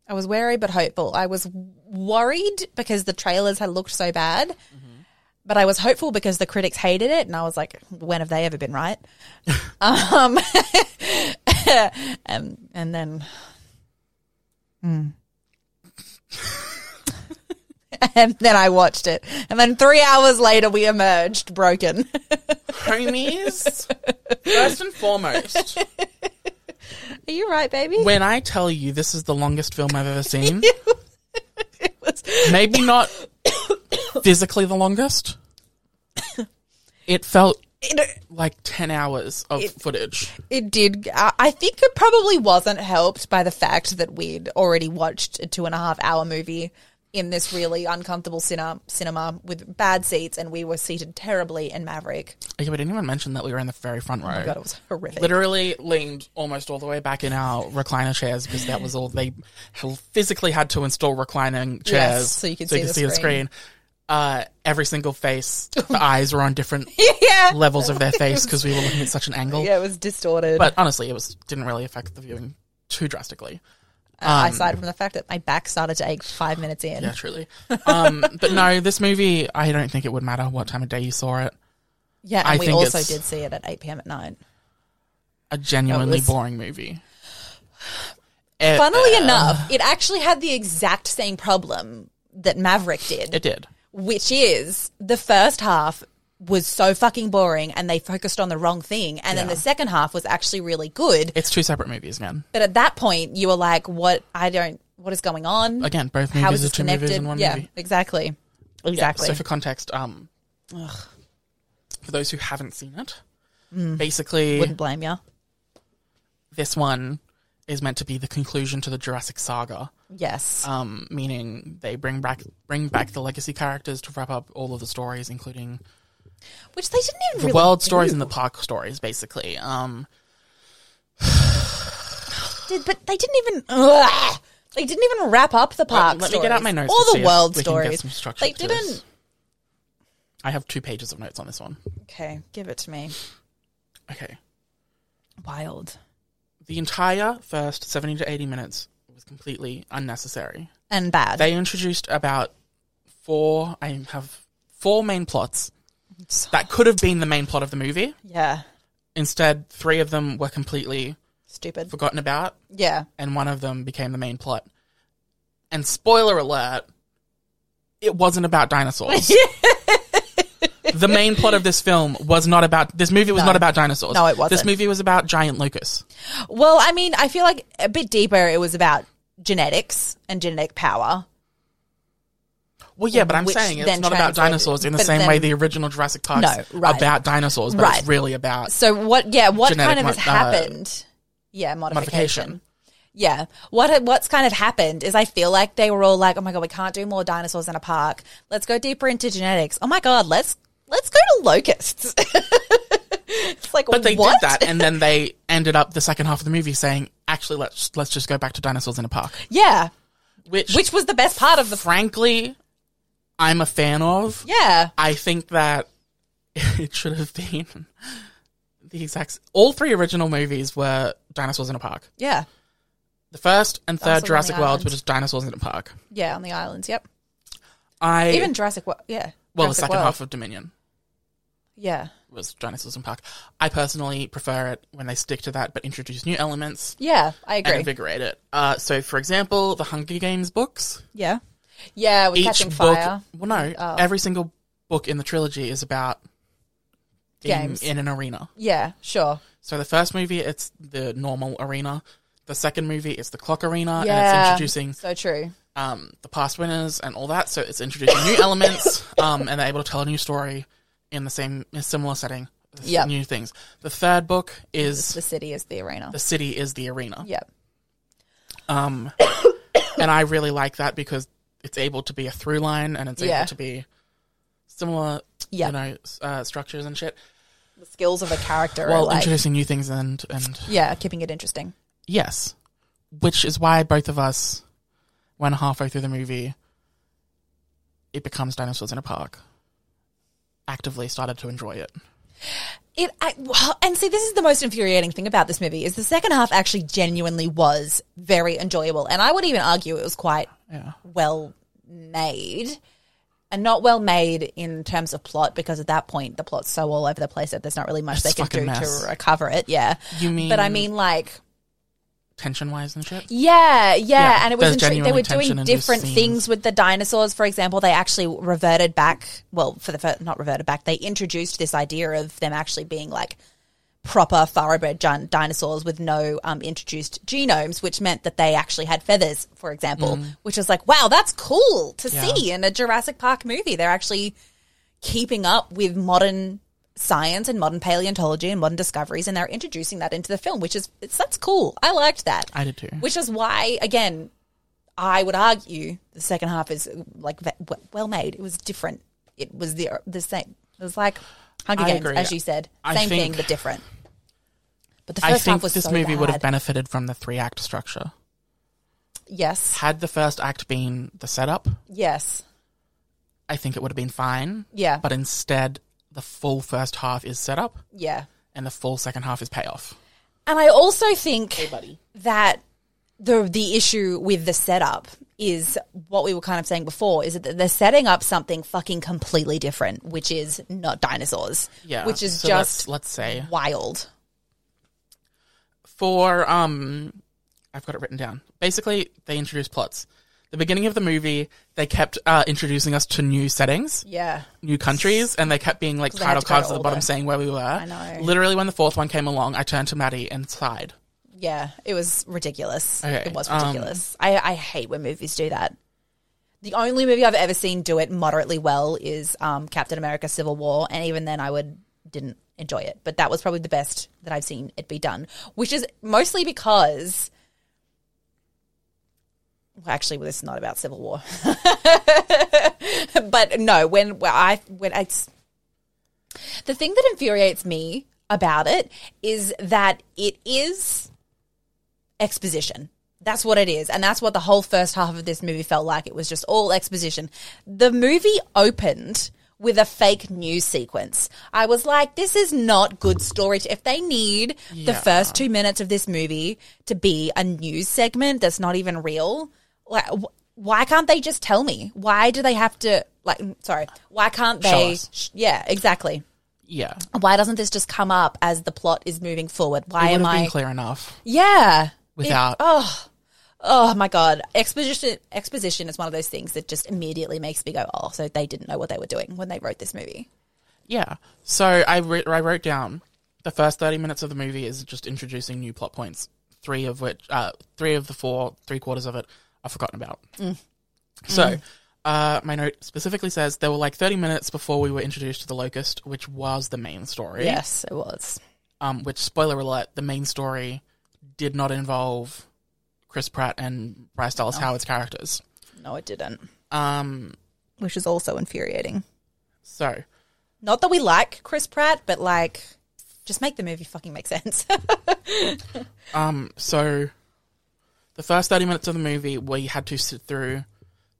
Speaker 2: I was wary but hopeful. I was worried because the trailers had looked so bad, but I was hopeful because the critics hated it, and I was like, "When have they ever been right?" um, [laughs] and and then, Mm. [laughs] and then I watched it, and then three hours later, we emerged broken. [laughs]
Speaker 1: [laughs] Homies, first and foremost,
Speaker 2: Are you right, baby?
Speaker 1: when I tell you this is the longest film I've ever
Speaker 2: [laughs]
Speaker 1: seen, maybe not physically the longest, it felt
Speaker 2: It-
Speaker 1: like 10 hours of footage.
Speaker 2: It did. uh, I I think it probably wasn't helped by the fact that we'd already watched a two and a half hour movie in this really uncomfortable cinema, cinema with bad seats, and we were seated terribly in Maverick.
Speaker 1: Okay, we didn't even mention that we were in the very front row.
Speaker 2: Oh my god, it was horrific.
Speaker 1: literally leaned almost all the way back in our recliner chairs because that was all they physically had to install reclining chairs
Speaker 2: Yes, so you could see the
Speaker 1: screen. Uh, every single
Speaker 2: [laughs]
Speaker 1: face, the eyes were on different
Speaker 2: yeah,
Speaker 1: levels of their face because we were looking at such an angle.
Speaker 2: yeah, it was distorted.
Speaker 1: But honestly, it was didn't really affect the viewing too drastically.
Speaker 2: I uh, aside from the fact that my back started to ache five minutes in.
Speaker 1: um, Yeah, truly. Um, but no, this movie, I don't think it would matter what time of day you saw it.
Speaker 2: Yeah, and
Speaker 1: I
Speaker 2: we
Speaker 1: think
Speaker 2: also
Speaker 1: it's-
Speaker 2: did see it at eight pm at night.
Speaker 1: A genuinely
Speaker 2: was-
Speaker 1: boring movie. It-
Speaker 2: Funnily enough, it actually had the exact same problem that Maverick did.
Speaker 1: it did.
Speaker 2: which is the first half was so fucking boring and they focused on the wrong thing and then the second half was actually really good
Speaker 1: It's two separate movies, man.
Speaker 2: but at that point you were like what i don't what is going on
Speaker 1: Again, both
Speaker 2: how
Speaker 1: movies are
Speaker 2: is this
Speaker 1: two movies
Speaker 2: connected
Speaker 1: in one
Speaker 2: yeah
Speaker 1: movie.
Speaker 2: exactly
Speaker 1: Yeah,
Speaker 2: exactly
Speaker 1: So for context, um, for those who haven't seen it,
Speaker 2: Hmm.
Speaker 1: basically
Speaker 2: wouldn't blame you
Speaker 1: this one is meant to be the conclusion to the Jurassic saga,
Speaker 2: yes
Speaker 1: um, meaning they bring back bring back the legacy characters to wrap up all of the stories, including
Speaker 2: which they didn't even
Speaker 1: the
Speaker 2: really
Speaker 1: world
Speaker 2: do.
Speaker 1: stories and the park stories, basically. Um,
Speaker 2: Did- but they didn't even ugh. they didn't even wrap up the park
Speaker 1: let me get out my
Speaker 2: stories
Speaker 1: notes to
Speaker 2: or
Speaker 1: see
Speaker 2: the
Speaker 1: if
Speaker 2: world
Speaker 1: we can get
Speaker 2: stories
Speaker 1: some structure
Speaker 2: they
Speaker 1: to this.
Speaker 2: didn't
Speaker 1: I have two pages of notes on this one.
Speaker 2: okay give it to me
Speaker 1: Okay,
Speaker 2: wild
Speaker 1: the entire first seventy to eighty minutes was completely unnecessary.
Speaker 2: and bad
Speaker 1: They introduced about four. I have four main plots that could have been the main plot of the movie.
Speaker 2: yeah
Speaker 1: Instead, three of them were completely
Speaker 2: stupid
Speaker 1: forgotten about,
Speaker 2: yeah
Speaker 1: and one of them became the main plot. And spoiler alert, it wasn't about dinosaurs.
Speaker 2: [laughs]
Speaker 1: the main plot of this film was not about this movie was
Speaker 2: No.
Speaker 1: not about dinosaurs.
Speaker 2: No, it wasn't.
Speaker 1: This movie was about giant locusts.
Speaker 2: Well, I mean, I feel like a bit deeper, it was about genetics and genetic power.
Speaker 1: Well, yeah, but I'm
Speaker 2: Which
Speaker 1: saying it's
Speaker 2: then
Speaker 1: not about
Speaker 2: translated-
Speaker 1: dinosaurs in the
Speaker 2: but
Speaker 1: same way
Speaker 2: then-
Speaker 1: the original Jurassic Park's
Speaker 2: No, right.
Speaker 1: about dinosaurs, but
Speaker 2: Right.
Speaker 1: it's really about
Speaker 2: So what? Yeah, what
Speaker 1: Genetic
Speaker 2: kind of has
Speaker 1: mod- uh,
Speaker 2: happened? yeah, modification.
Speaker 1: modification.
Speaker 2: Yeah, what what's kind of happened is I feel like they were all like, oh my god, we can't do more dinosaurs in a park. Let's go deeper into genetics. Oh my god, let's let's go to locusts. [laughs] it's like,
Speaker 1: But they
Speaker 2: what?
Speaker 1: did that, and then they ended up the second half of the movie saying, "Actually, let's let's just go back to dinosaurs in a park,"
Speaker 2: [laughs] Yeah,
Speaker 1: which,
Speaker 2: which was the best part of the.
Speaker 1: frankly, I'm a fan of.
Speaker 2: Yeah,
Speaker 1: I think that [laughs] it should have been [laughs] the exact. All three original movies were dinosaurs in a park.
Speaker 2: yeah,
Speaker 1: The first and
Speaker 2: Dinosaurs on
Speaker 1: third
Speaker 2: the
Speaker 1: Jurassic Worlds
Speaker 2: Island.
Speaker 1: were just dinosaurs in a park.
Speaker 2: yeah, on the islands. Yep,
Speaker 1: I
Speaker 2: even Jurassic World. Yeah,
Speaker 1: well, the
Speaker 2: Jurassic
Speaker 1: second
Speaker 2: World.
Speaker 1: half of Dominion
Speaker 2: Yeah,
Speaker 1: was Giant Wilson Park. I personally prefer it when they stick to that, but introduce new elements
Speaker 2: Yeah, I
Speaker 1: and
Speaker 2: agree.
Speaker 1: invigorate it. Uh, so, for example, the Hunger Games books.
Speaker 2: Yeah. Yeah, with catching fire. Oh.
Speaker 1: book, well, no, every single book in the trilogy is about in-
Speaker 2: Games.
Speaker 1: in an arena.
Speaker 2: Yeah, sure.
Speaker 1: So the first movie, it's the normal arena. The second movie is the clock arena, Uh, and
Speaker 2: Yeah.
Speaker 1: it's introducing
Speaker 2: So true.
Speaker 1: um, the past winners and all that. So it's introducing new
Speaker 2: [laughs]
Speaker 1: elements, um, and they're able to tell a new story in the same in a similar setting. with
Speaker 2: Yep.
Speaker 1: new things. The third book is
Speaker 2: The city is the arena.
Speaker 1: the city is the arena,
Speaker 2: Yeah.
Speaker 1: um, and I really like that because it's able to be a through line and it's
Speaker 2: Yeah.
Speaker 1: able to be similar,
Speaker 2: Yeah.
Speaker 1: you know, s- uh, structures and shit.
Speaker 2: The skills of a character are
Speaker 1: While
Speaker 2: like
Speaker 1: introducing new things and and
Speaker 2: Yeah, keeping it interesting.
Speaker 1: Yes. Which is why both of us, when halfway through the movie, it becomes Dinosaurs in a Park, actively started to enjoy it.
Speaker 2: It I, well, and see, this is the most infuriating thing about this movie is the second half actually genuinely was very enjoyable, and I would even argue it was quite
Speaker 1: Yeah.
Speaker 2: well made, and not well made in terms of plot because at that point the plot's so all over the place that there's not really much
Speaker 1: It's
Speaker 2: they can
Speaker 1: fucking
Speaker 2: do
Speaker 1: mess.
Speaker 2: to recover it. Yeah,
Speaker 1: You mean,
Speaker 2: but I mean like.
Speaker 1: tension wise and shit?
Speaker 2: Yeah, yeah,
Speaker 1: Yeah,
Speaker 2: and it was
Speaker 1: there's
Speaker 2: intriguing. They
Speaker 1: genuinely
Speaker 2: were
Speaker 1: tension
Speaker 2: doing
Speaker 1: in those
Speaker 2: different
Speaker 1: scenes.
Speaker 2: things with the dinosaurs. For example, they actually reverted back. Well, for the fir- not reverted back, they introduced this idea of them actually being like proper thoroughbred gin- dinosaurs with no um, introduced genomes, which meant that they actually had feathers, for example, which is like, wow, that's cool to
Speaker 1: Mm. Yeah.
Speaker 2: see in a Jurassic Park movie. They're actually keeping up with modern science and modern paleontology and modern discoveries and they're introducing that into the film which is it's, that's cool i liked that
Speaker 1: I did too.
Speaker 2: which is why, again, I would argue the second half is like ve- w- well made. It was different. It was the the same. It was like Hunger
Speaker 1: I
Speaker 2: Games,
Speaker 1: agree.
Speaker 2: as you said,
Speaker 1: I
Speaker 2: same
Speaker 1: think-
Speaker 2: thing but different. But the first
Speaker 1: I think
Speaker 2: half was
Speaker 1: this
Speaker 2: so
Speaker 1: movie would have
Speaker 2: bad.
Speaker 1: benefited from the three act structure.
Speaker 2: yes,
Speaker 1: Had the first act been the setup,
Speaker 2: yes,
Speaker 1: I think it would have been fine.
Speaker 2: Yeah.
Speaker 1: But instead, the full first half is setup
Speaker 2: yeah.
Speaker 1: and the full second half is payoff.
Speaker 2: And I also think that the the issue with the setup is what we were kind of saying before is that they're setting up something fucking completely different, which is not dinosaurs,
Speaker 1: Yeah.
Speaker 2: which is
Speaker 1: So let's-
Speaker 2: just
Speaker 1: let's say
Speaker 2: wild.
Speaker 1: for um I've got it written down. Basically, they introduce plots. The beginning of the movie, they kept uh, introducing us to new settings,
Speaker 2: Yeah.
Speaker 1: new countries, and they kept being like
Speaker 2: 'Cause they had
Speaker 1: title
Speaker 2: to go to
Speaker 1: cards at the
Speaker 2: all
Speaker 1: bottom
Speaker 2: the-
Speaker 1: saying where we were. I
Speaker 2: know.
Speaker 1: Literally, when the fourth one came along, I turned to Maddie and sighed.
Speaker 2: Yeah, it was ridiculous.
Speaker 1: Okay,
Speaker 2: It was
Speaker 1: um,
Speaker 2: ridiculous. I, I hate when movies do that. The only movie I've ever seen do it moderately well is um, Captain America: Civil War, and even then, I would didn't enjoy it. But that was probably the best that I've seen it be done, which is mostly because. Well, actually, well, this is not about Civil War, [laughs] but no, when, when I when I the thing that infuriates me about it is that it is exposition. That's what it is. And that's what the whole first half of this movie felt like. It was just all exposition. The movie opened with a fake news sequence. I was like, this is not good story. If they need the
Speaker 1: Yeah.
Speaker 2: first two minutes of this movie to be a news segment that's not even real, like, wh- why can't they just tell me? Why do they have to, like, sorry, why can't
Speaker 1: Show
Speaker 2: they?
Speaker 1: us.
Speaker 2: sh- Yeah, exactly
Speaker 1: Yeah,
Speaker 2: why doesn't this just come up as the plot is moving forward? Why
Speaker 1: it would
Speaker 2: am
Speaker 1: have
Speaker 2: I?
Speaker 1: been clear enough
Speaker 2: Yeah.
Speaker 1: without.
Speaker 2: Oh, oh my god! Exposition, exposition is one of those things that just immediately makes me go, "Oh, so they didn't know what they were doing when they wrote this movie."
Speaker 1: Yeah. So I re- I wrote down the first thirty minutes of the movie is just introducing new plot points. Three of which, uh, three of the four, three quarters of it, I've forgotten about. So, uh, my note specifically says there were like thirty minutes before we were introduced to the locust, which was the main story.
Speaker 2: Yes, it was.
Speaker 1: Um, which spoiler alert, the main story did not involve Chris Pratt and Bryce Dallas Howard's characters.
Speaker 2: No, it didn't.
Speaker 1: Um,
Speaker 2: Which is also infuriating.
Speaker 1: so
Speaker 2: Not that we like Chris Pratt, but like, just make the movie fucking make sense. [laughs]
Speaker 1: Um, so the first 30 minutes of the movie, we had to sit through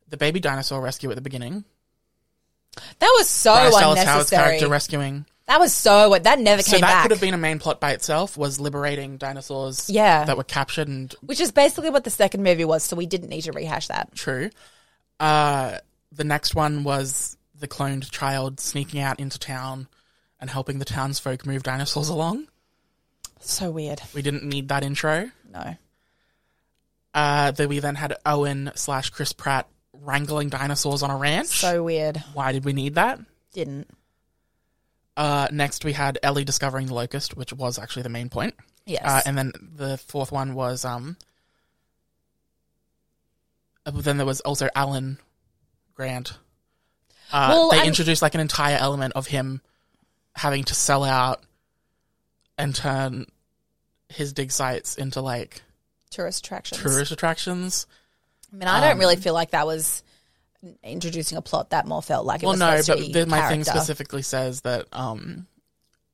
Speaker 1: the baby dinosaur rescue at the beginning.
Speaker 2: that was so
Speaker 1: Bryce Dallas Howard's
Speaker 2: Oh, unnecessary.
Speaker 1: character rescuing.
Speaker 2: That was so. That never
Speaker 1: So
Speaker 2: came
Speaker 1: that
Speaker 2: back.
Speaker 1: could have been a main plot by itself, was liberating dinosaurs
Speaker 2: Yeah.
Speaker 1: that were captured and
Speaker 2: Which is basically what the second movie was, so we didn't need to rehash that.
Speaker 1: true. Uh, the next one was the cloned child sneaking out into town and helping the townsfolk move dinosaurs along.
Speaker 2: So weird.
Speaker 1: We didn't need that intro.
Speaker 2: No.
Speaker 1: Uh, then we then had Owen slash Chris Pratt wrangling dinosaurs on a ranch.
Speaker 2: So weird.
Speaker 1: Why did we need that?
Speaker 2: Didn't.
Speaker 1: Uh, next, we had Ellie discovering the locust, which was actually the main point.
Speaker 2: Yes.
Speaker 1: Uh, and then the fourth one was um. uh, but Then there was also Alan Grant. Uh,
Speaker 2: Well,
Speaker 1: they
Speaker 2: I'm-
Speaker 1: introduced like an entire element of him having to sell out and turn his dig sites into like
Speaker 2: Tourist attractions.
Speaker 1: tourist um, attractions.
Speaker 2: I mean, I don't really feel like that was introducing a plot. That more felt like it
Speaker 1: well,
Speaker 2: was
Speaker 1: no,
Speaker 2: supposed to
Speaker 1: but
Speaker 2: be
Speaker 1: the, my thing
Speaker 2: character.
Speaker 1: specifically says that um,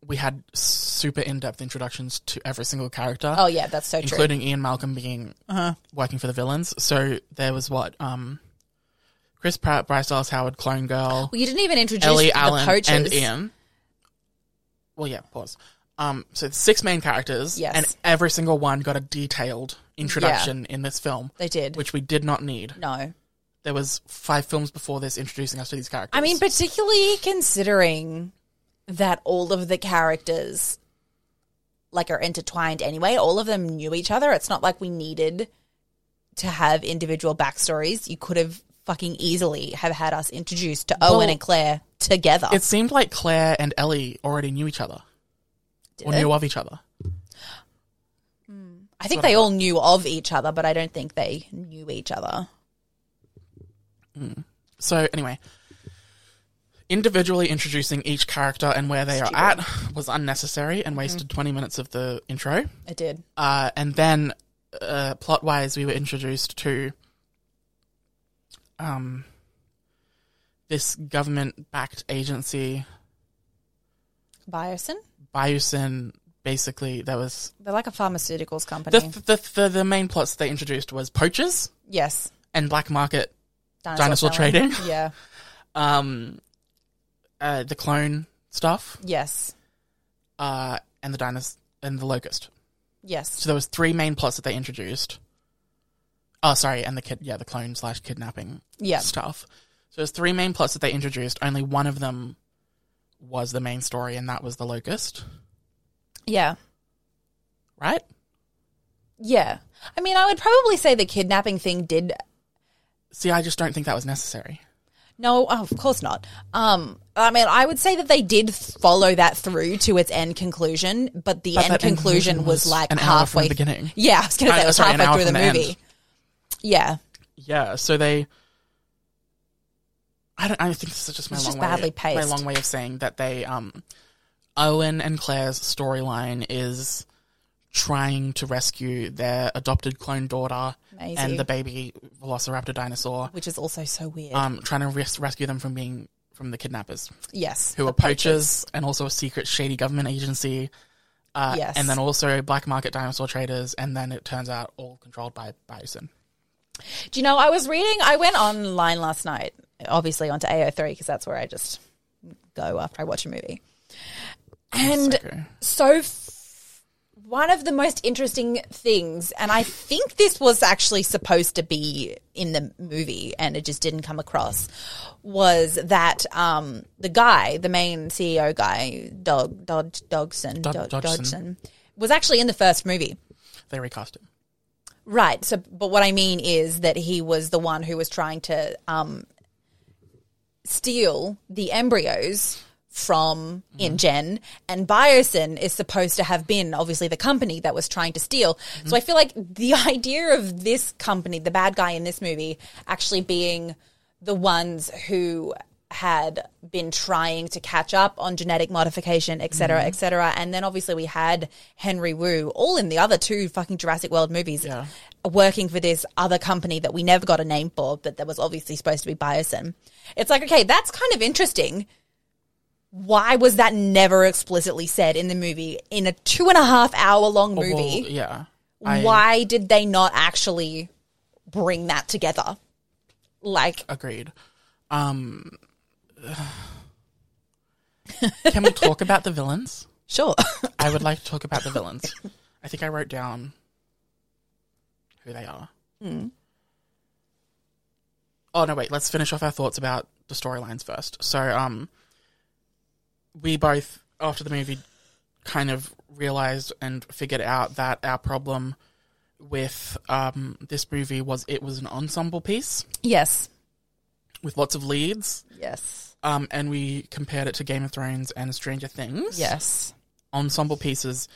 Speaker 1: we had super in-depth introductions to every single character.
Speaker 2: Oh yeah, that's so true.
Speaker 1: including Ian Malcolm being
Speaker 2: Uh-huh.
Speaker 1: working for the villains. So there was what um, Chris Pratt, Bryce Dallas Howard, Clone Girl,
Speaker 2: Well, you didn't even introduce
Speaker 1: Ellie
Speaker 2: the
Speaker 1: Allen,
Speaker 2: poachers.
Speaker 1: and Ian. Well, yeah, pause. Um, so it's six main characters,
Speaker 2: Yes.
Speaker 1: and every single one got a detailed introduction in this film,
Speaker 2: They did.
Speaker 1: which we did not need.
Speaker 2: no.
Speaker 1: There was five films before this introducing us to these characters.
Speaker 2: I mean, particularly considering that all of the characters like are intertwined anyway. All of them knew each other. It's not like we needed to have individual backstories. You could have fucking easily have had us introduced to Owen
Speaker 1: Well,
Speaker 2: and Claire together.
Speaker 1: it seemed like Claire and Ellie already knew each other
Speaker 2: Did
Speaker 1: or
Speaker 2: it?
Speaker 1: knew of each other.
Speaker 2: I think they all knew of each other, but I don't think they knew each other.
Speaker 1: So anyway, individually introducing each character and where they are at was unnecessary and wasted 20 minutes of the intro.
Speaker 2: It did.
Speaker 1: Uh, and then uh, plot-wise, we were introduced to um, this government-backed agency,
Speaker 2: Biosin?
Speaker 1: Biosyn. Basically, there was
Speaker 2: They're like a pharmaceuticals company.
Speaker 1: the the, the the main plots they introduced was poachers
Speaker 2: yes.
Speaker 1: and black market Dinosaur
Speaker 2: selling.
Speaker 1: trading?
Speaker 2: [laughs] Yeah.
Speaker 1: um, uh, the clone stuff,
Speaker 2: Yes.
Speaker 1: uh, and the dinos- and the locust.
Speaker 2: Yes.
Speaker 1: So there was three main plots that they introduced. Oh, sorry, and the kid, yeah, the clone slash kidnapping
Speaker 2: Yeah.
Speaker 1: stuff. So there's three main plots that they introduced. Only one of them was the main story, and that was the locust,
Speaker 2: Yeah.
Speaker 1: right?
Speaker 2: Yeah. I mean, I would probably say the kidnapping thing did.
Speaker 1: See, I just don't think that was necessary.
Speaker 2: No, oh, of course not. Um, I mean, I would say that they did follow that through to its end conclusion, but the
Speaker 1: But
Speaker 2: end
Speaker 1: that end
Speaker 2: conclusion
Speaker 1: conclusion
Speaker 2: was,
Speaker 1: was
Speaker 2: like
Speaker 1: an hour from
Speaker 2: halfway
Speaker 1: the beginning.
Speaker 2: Yeah, I was going to
Speaker 1: Uh,
Speaker 2: say it was
Speaker 1: sorry, an hour
Speaker 2: halfway through
Speaker 1: from
Speaker 2: the
Speaker 1: the
Speaker 2: movie.
Speaker 1: end.
Speaker 2: Yeah,
Speaker 1: Yeah. So they, I don't. I think this is just my
Speaker 2: It's
Speaker 1: long
Speaker 2: just
Speaker 1: way.
Speaker 2: badly paced.
Speaker 1: My long way of saying that they, um, Owen and Claire's storyline is trying to rescue their adopted clone daughter
Speaker 2: Maisie.
Speaker 1: and the baby Velociraptor dinosaur.
Speaker 2: which is also so weird.
Speaker 1: Um, trying to res- rescue them from being from the kidnappers
Speaker 2: yes,
Speaker 1: who are poachers and also a secret shady government agency. Uh,
Speaker 2: Yes.
Speaker 1: And then also black market dinosaur traders, and then it turns out all controlled by Bison.
Speaker 2: Do you know, I was reading, I went online last night, obviously onto AO3, because that's where I just go after I watch a movie. And
Speaker 1: Okay.
Speaker 2: so, f- one of the most interesting things, and I think this was actually supposed to be in the movie and it just didn't come across, was that um, the guy, the main CEO guy, Dog, Dodge, Dogson,
Speaker 1: Dod-
Speaker 2: Dod-
Speaker 1: Dodgson.
Speaker 2: Dodgson, was actually in the first movie.
Speaker 1: They recast him.
Speaker 2: Right. So, but what I mean is that he was the one who was trying to um, steal the embryos from InGen, and Biosyn is supposed to have been obviously the company that was trying to steal. So I feel like the [laughs] idea of this company, the bad guy in this movie, actually being the ones who had been trying to catch up on genetic modification, et cetera,
Speaker 1: Mm-hmm.
Speaker 2: et cetera. And then obviously we had Henry Wu, all in the other two fucking Jurassic World movies,
Speaker 1: Yeah.
Speaker 2: working for this other company that we never got a name for, but that was obviously supposed to be Biosyn. It's like, okay, that's kind of interesting. Why was that never explicitly said in the movie in a two and a half hour long
Speaker 1: Oh, Well,
Speaker 2: movie?
Speaker 1: yeah. I
Speaker 2: Why did they not actually bring that together? Like,
Speaker 1: Agreed. Um, [sighs] can we talk about the villains?
Speaker 2: sure.
Speaker 1: I would like to talk about the villains. I think I wrote down who they are. Oh no, wait. Let's finish off our thoughts about the storylines first. So, um, we both after the movie kind of realized and figured out that our problem with um, this movie was it was an ensemble piece
Speaker 2: [laughs] Yes.
Speaker 1: with lots of leads.
Speaker 2: Yes.
Speaker 1: Um, and we compared it to Game of Thrones and Stranger Things.
Speaker 2: Yes.
Speaker 1: Ensemble pieces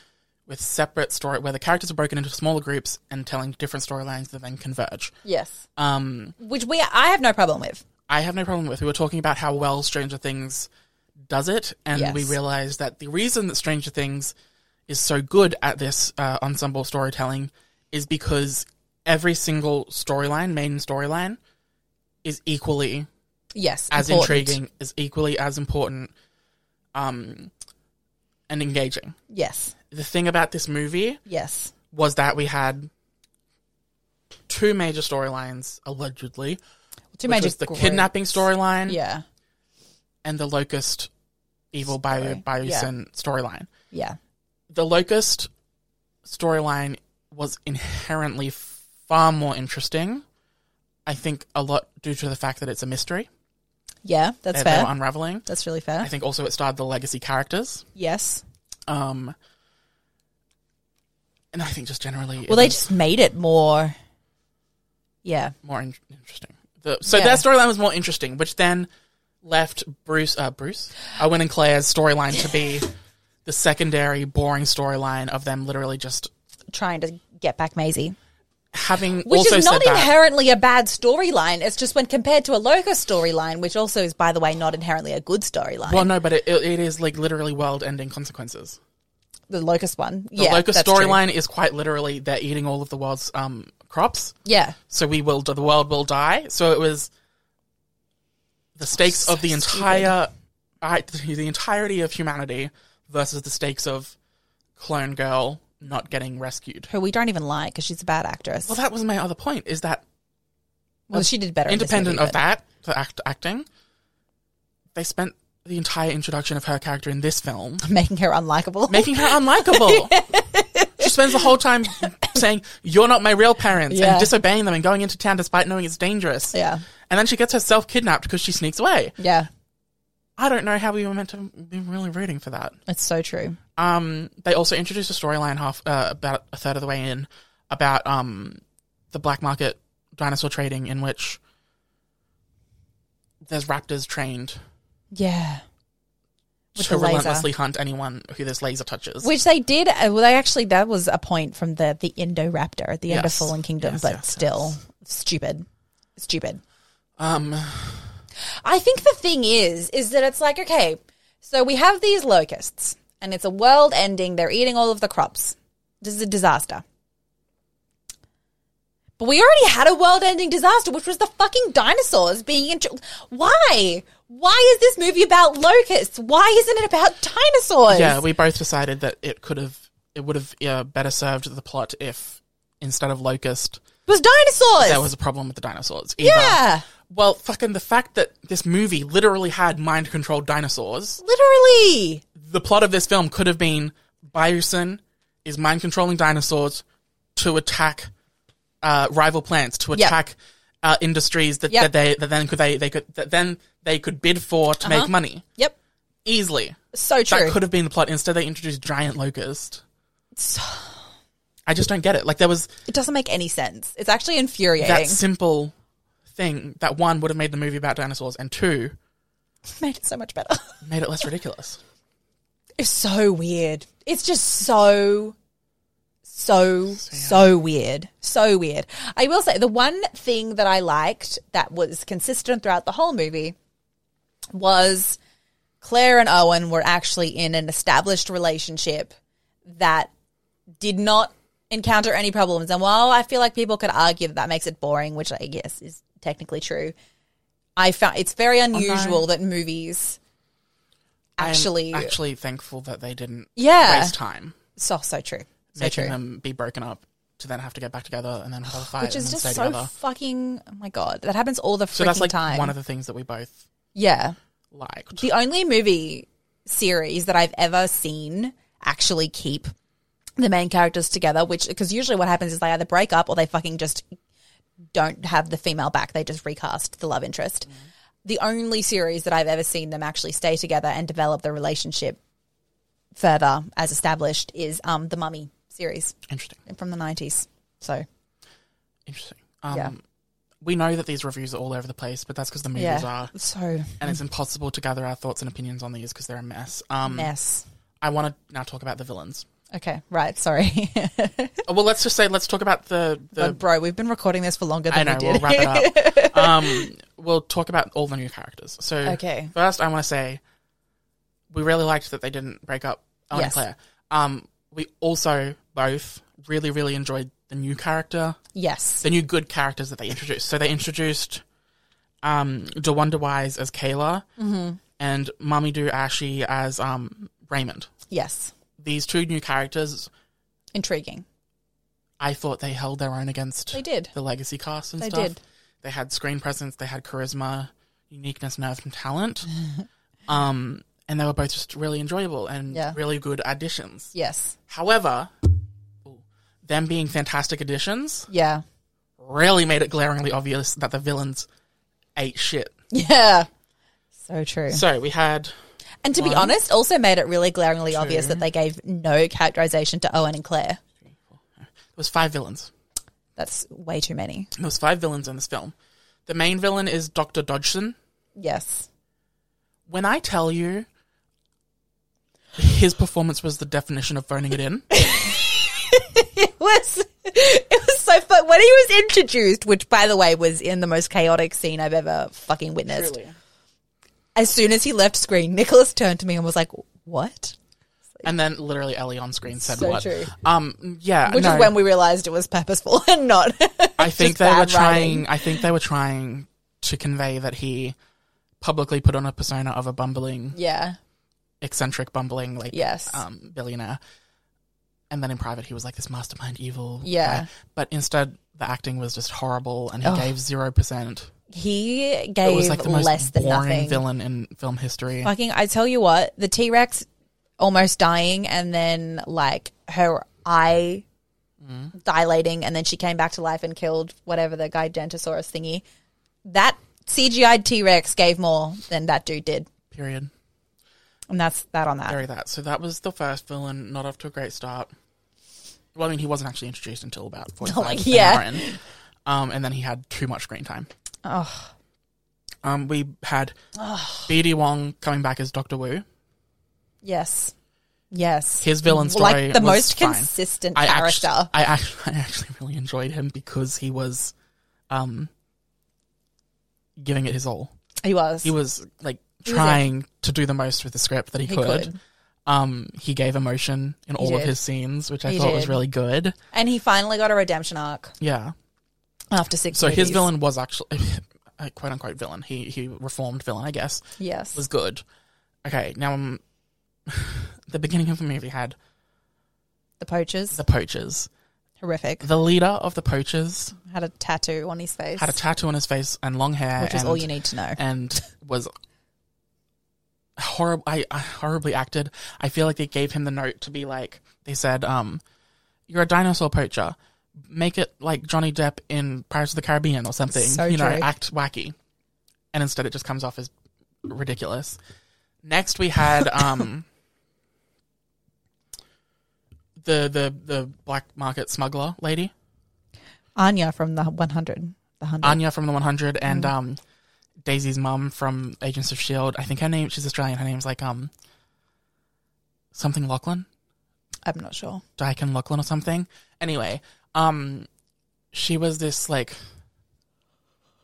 Speaker 1: with separate story where the characters are broken into smaller groups and telling different storylines that then converge.
Speaker 2: Yes.
Speaker 1: Um,
Speaker 2: Which we I have no problem with.
Speaker 1: I have no problem with. We were talking about how well Stranger Things does it, and
Speaker 2: Yes.
Speaker 1: we realized that the reason that Stranger Things is so good at this uh, ensemble storytelling is because every single storyline, main storyline, is equally
Speaker 2: Yes.
Speaker 1: as
Speaker 2: important.
Speaker 1: intriguing, is equally as important, um, and engaging.
Speaker 2: Yes.
Speaker 1: The thing about this movie
Speaker 2: Yes.
Speaker 1: was that we had two major storylines allegedly,
Speaker 2: Two
Speaker 1: which
Speaker 2: major
Speaker 1: was the
Speaker 2: groups.
Speaker 1: kidnapping storyline,
Speaker 2: Yeah.
Speaker 1: and the locust evil bio
Speaker 2: Story.
Speaker 1: biosin storyline.
Speaker 2: Yeah.
Speaker 1: The locust storyline was inherently far more interesting. I think a lot due to the fact that it's a mystery
Speaker 2: Yeah. That's
Speaker 1: that they were
Speaker 2: fair.
Speaker 1: unraveling.
Speaker 2: That's really
Speaker 1: I
Speaker 2: fair.
Speaker 1: think also it starred the legacy characters.
Speaker 2: Yes.
Speaker 1: Um, and I think just generally, it
Speaker 2: Well, they
Speaker 1: was
Speaker 2: just made it more. Yeah.
Speaker 1: more in- interesting. The, so
Speaker 2: Yeah.
Speaker 1: that storyline was more interesting, which then left Bruce, uh, Bruce, Owen and Claire's storyline to be the secondary, boring storyline of them literally just
Speaker 2: Trying to get back Maisie.
Speaker 1: having
Speaker 2: Which
Speaker 1: also
Speaker 2: is not
Speaker 1: said that.
Speaker 2: inherently a bad storyline. It's just when compared to a locust storyline, which also is, by the way, not inherently a good storyline.
Speaker 1: Well, no, but it, it is like literally world-ending consequences.
Speaker 2: the locust one.
Speaker 1: The
Speaker 2: yeah,
Speaker 1: locust
Speaker 2: that's true.
Speaker 1: storyline is quite literally they're eating all of the world's um, crops,
Speaker 2: Yeah.
Speaker 1: so we will the world will die. So it was the stakes of the entire, I, the entirety of humanity versus the stakes of clone girl not getting rescued.
Speaker 2: Who we don't even like because she's a bad actress.
Speaker 1: Well,
Speaker 2: Well,
Speaker 1: that was my other point. Is that
Speaker 2: she did better. in this
Speaker 1: independent
Speaker 2: movie,
Speaker 1: of
Speaker 2: but-
Speaker 1: that, the act, acting, they spent the entire introduction of her character in this film
Speaker 2: [laughs] making her unlikable.
Speaker 1: making her unlikable. she spends the whole time saying, You're not my real parents,
Speaker 2: Yeah.
Speaker 1: and disobeying them and going into town despite knowing it's dangerous.
Speaker 2: yeah,
Speaker 1: And then she gets herself kidnapped because she sneaks away.
Speaker 2: [laughs] yeah,
Speaker 1: I don't know how we were meant to be really rooting for that.
Speaker 2: it's so true.
Speaker 1: Um, they also introduced a storyline half uh, about a third of the way in about um, the black market dinosaur trading in which there's raptors trained
Speaker 2: Yeah, With
Speaker 1: to
Speaker 2: the laser.
Speaker 1: relentlessly hunt anyone who this laser touches.
Speaker 2: which they did. uh, Well, they actually that was a point from the the Indoraptor at the end of
Speaker 1: Yes.
Speaker 2: Fallen Kingdom,
Speaker 1: Yes,
Speaker 2: but
Speaker 1: yes,
Speaker 2: still stupid, stupid.
Speaker 1: um,
Speaker 2: I think the thing is, is that it's like, okay, so we have these locusts and it's a world ending. They're eating all of the crops. This is a disaster. But we already had a world ending disaster, which was the fucking dinosaurs being in. Why? Why is this movie about locusts? Why isn't it about dinosaurs?
Speaker 1: Yeah, we both decided that it could have it would have uh, better served the plot if instead of locust
Speaker 2: it was dinosaurs.
Speaker 1: there was a problem with the dinosaurs. Either-
Speaker 2: yeah.
Speaker 1: Well, fucking the fact that this movie literally had mind controlled dinosaurs.
Speaker 2: Literally.
Speaker 1: The plot of this film could have been Biosin is mind controlling dinosaurs to attack uh, rival plants to
Speaker 2: Yep.
Speaker 1: attack uh, industries that,
Speaker 2: Yep.
Speaker 1: that they that then could they, they could that then they could bid for to
Speaker 2: Uh-huh.
Speaker 1: make money
Speaker 2: Yep.
Speaker 1: easily.
Speaker 2: So true.
Speaker 1: That could have been the plot. Instead, they introduced giant locust. I just don't get it. Like there was
Speaker 2: it doesn't make any sense. It's actually infuriating.
Speaker 1: that simple thing that one would have made the movie about dinosaurs, and two
Speaker 2: [laughs] made it so much better.
Speaker 1: made it less ridiculous.
Speaker 2: It's so weird. It's just so, so, so weird. So weird. I will say the one thing that I liked that was consistent throughout the whole movie was Claire and Owen were actually in an established relationship that did not encounter any problems. And while I feel like people could argue that that makes it boring, which I guess is technically true, I found it's very unusual that movies
Speaker 1: I'm
Speaker 2: actually
Speaker 1: actually thankful that they didn't
Speaker 2: Yeah.
Speaker 1: waste time
Speaker 2: So so true. So
Speaker 1: making
Speaker 2: true.
Speaker 1: them be broken up to then have to get back together and then have a fight
Speaker 2: Which
Speaker 1: and then
Speaker 2: is just
Speaker 1: stay
Speaker 2: so
Speaker 1: together.
Speaker 2: fucking oh my god. That happens all the freaking
Speaker 1: So that's like
Speaker 2: time.
Speaker 1: one of the things that we both
Speaker 2: yeah.
Speaker 1: liked.
Speaker 2: The only movie series that I've ever seen actually keep the main characters together, which because usually what happens is they either break up or they fucking just don't have the female back. They just recast the love interest.
Speaker 1: Mm-hmm.
Speaker 2: The only series that I've ever seen them actually stay together and develop the relationship further as established is um, the Mummy series
Speaker 1: Interesting.
Speaker 2: from the 90s. So,
Speaker 1: Interesting. Um,
Speaker 2: Yeah.
Speaker 1: We know that these reviews are all over the place, but that's because the movies
Speaker 2: yeah.
Speaker 1: are. Mm.
Speaker 2: So,
Speaker 1: And it's impossible to gather our thoughts and opinions on these because they're a mess. Um,
Speaker 2: mess.
Speaker 1: I want to now talk about the villains.
Speaker 2: Okay, right. Sorry. [laughs]
Speaker 1: Oh, well, let's just say, let's talk about the. the
Speaker 2: but bro, we've been recording this for longer than
Speaker 1: I know,
Speaker 2: we
Speaker 1: we'll
Speaker 2: did.
Speaker 1: wrap it up. um, we'll talk about all the new characters. So,
Speaker 2: Okay.
Speaker 1: first, I want to say we really liked that they didn't break up Owen
Speaker 2: Yes.
Speaker 1: and Claire. Um, we also both really, really enjoyed the new character.
Speaker 2: [laughs] yes.
Speaker 1: the new good characters that they introduced. So they introduced um DeWanda Wise as Kayla
Speaker 2: Mm-hmm.
Speaker 1: and Mamadou Ashi as um Raymond.
Speaker 2: Yes.
Speaker 1: These two new characters,
Speaker 2: Intriguing.
Speaker 1: I thought they held their own against
Speaker 2: They did.
Speaker 1: the legacy cast and
Speaker 2: They
Speaker 1: stuff.
Speaker 2: did.
Speaker 1: They had screen presence, they had charisma, uniqueness, nerve and
Speaker 2: [laughs]
Speaker 1: talent. um and they were both just really enjoyable and
Speaker 2: Yeah.
Speaker 1: really good additions.
Speaker 2: Yes.
Speaker 1: However, ooh, them being fantastic additions
Speaker 2: Yeah.
Speaker 1: really made it glaringly obvious that the villains ate shit.
Speaker 2: Yeah. So true.
Speaker 1: So we had
Speaker 2: And to be honest, also made it really glaringly obvious that they gave no characterization to Owen and Claire.
Speaker 1: there was five villains.
Speaker 2: That's way too many.
Speaker 1: There was five villains in this film. The main villain is Doctor Dodgson.
Speaker 2: Yes.
Speaker 1: When I tell you, his performance was the definition of phoning it in.
Speaker 2: It [laughs] was it was so fun. When he was introduced, which by the way was in the most chaotic scene I've ever fucking witnessed. As soon as he left screen, Nicholas turned to me and was like, What?
Speaker 1: And then literally Ellie on screen said
Speaker 2: So
Speaker 1: what?
Speaker 2: true.
Speaker 1: Um, yeah,
Speaker 2: Uh, Which
Speaker 1: no,
Speaker 2: is when we realized it was purposeful [laughs] and not [laughs]
Speaker 1: I think
Speaker 2: just
Speaker 1: they were
Speaker 2: bad writing.
Speaker 1: trying. I think they were trying to convey that he publicly put on a persona of a bumbling,
Speaker 2: Yeah.
Speaker 1: eccentric, bumbling, like
Speaker 2: Yes.
Speaker 1: um, billionaire. And then in private, he was like this mastermind evil.
Speaker 2: Yeah.
Speaker 1: guy. But instead, the acting was just horrible, and he gave zero percent.
Speaker 2: He
Speaker 1: It
Speaker 2: gave
Speaker 1: was like the most
Speaker 2: less than
Speaker 1: boring
Speaker 2: nothing.
Speaker 1: villain in film history.
Speaker 2: Fucking, I tell you what, the T Rex almost dying and then like her eye dilating and then she came back to life and killed whatever the guy Dentosaurus thingy. That CGI T Rex gave more than that dude did.
Speaker 1: Period.
Speaker 2: And that's that on that.
Speaker 1: Bury that. So that was the first villain. Not off to a great start. Well, I mean, he wasn't actually introduced until about
Speaker 2: [laughs]
Speaker 1: forty-five.
Speaker 2: Oh, Like,
Speaker 1: an
Speaker 2: yeah.
Speaker 1: hour in. Um, and then he had too much screen time.
Speaker 2: Oh,
Speaker 1: Um, we had BD Wong coming back as Doctor Wu.
Speaker 2: yes. Yes.
Speaker 1: His villain story
Speaker 2: Like the
Speaker 1: was
Speaker 2: most
Speaker 1: fine.
Speaker 2: consistent
Speaker 1: I
Speaker 2: character.
Speaker 1: Actually, I, actually, [laughs] I actually really enjoyed him because he was um, giving it his all.
Speaker 2: he was.
Speaker 1: He was like
Speaker 2: was
Speaker 1: trying to do the most with the script that he,
Speaker 2: He
Speaker 1: could.
Speaker 2: could.
Speaker 1: Um, he gave emotion in all of
Speaker 2: did.
Speaker 1: his scenes, which I
Speaker 2: He
Speaker 1: thought was
Speaker 2: did.
Speaker 1: really good.
Speaker 2: And he finally got a redemption arc
Speaker 1: Yeah.
Speaker 2: after six
Speaker 1: So his
Speaker 2: movies.
Speaker 1: villain was actually [laughs] a quote unquote villain. He he reformed villain, I guess.
Speaker 2: Yes.
Speaker 1: was good. Okay, now um, [laughs] the beginning of the movie had
Speaker 2: the poachers.
Speaker 1: the poachers.
Speaker 2: Horrific.
Speaker 1: The leader of the poachers
Speaker 2: Had a tattoo on his face.
Speaker 1: had a tattoo on his face and long hair,
Speaker 2: which is
Speaker 1: and-
Speaker 2: all you need to know.
Speaker 1: and was horrible. I, I horribly acted. I feel like they gave him the note to be like they said, um, "You're a dinosaur poacher. Make it like Johnny Depp in Pirates of the Caribbean or something.
Speaker 2: So
Speaker 1: you know,
Speaker 2: true.
Speaker 1: act wacky." And instead, it just comes off as ridiculous. Next, we
Speaker 2: [laughs]
Speaker 1: had um, the the the black market smuggler lady.
Speaker 2: Anya from the 100. The 100.
Speaker 1: Anya from the 100 and
Speaker 2: Mm-hmm.
Speaker 1: um, Daisy's mum from Agents of Shield. I think her name she's Australian. Her name's like um something Lachlan,
Speaker 2: I'm not sure.
Speaker 1: Dyken Lachlan or something. Anyway, um, she was this like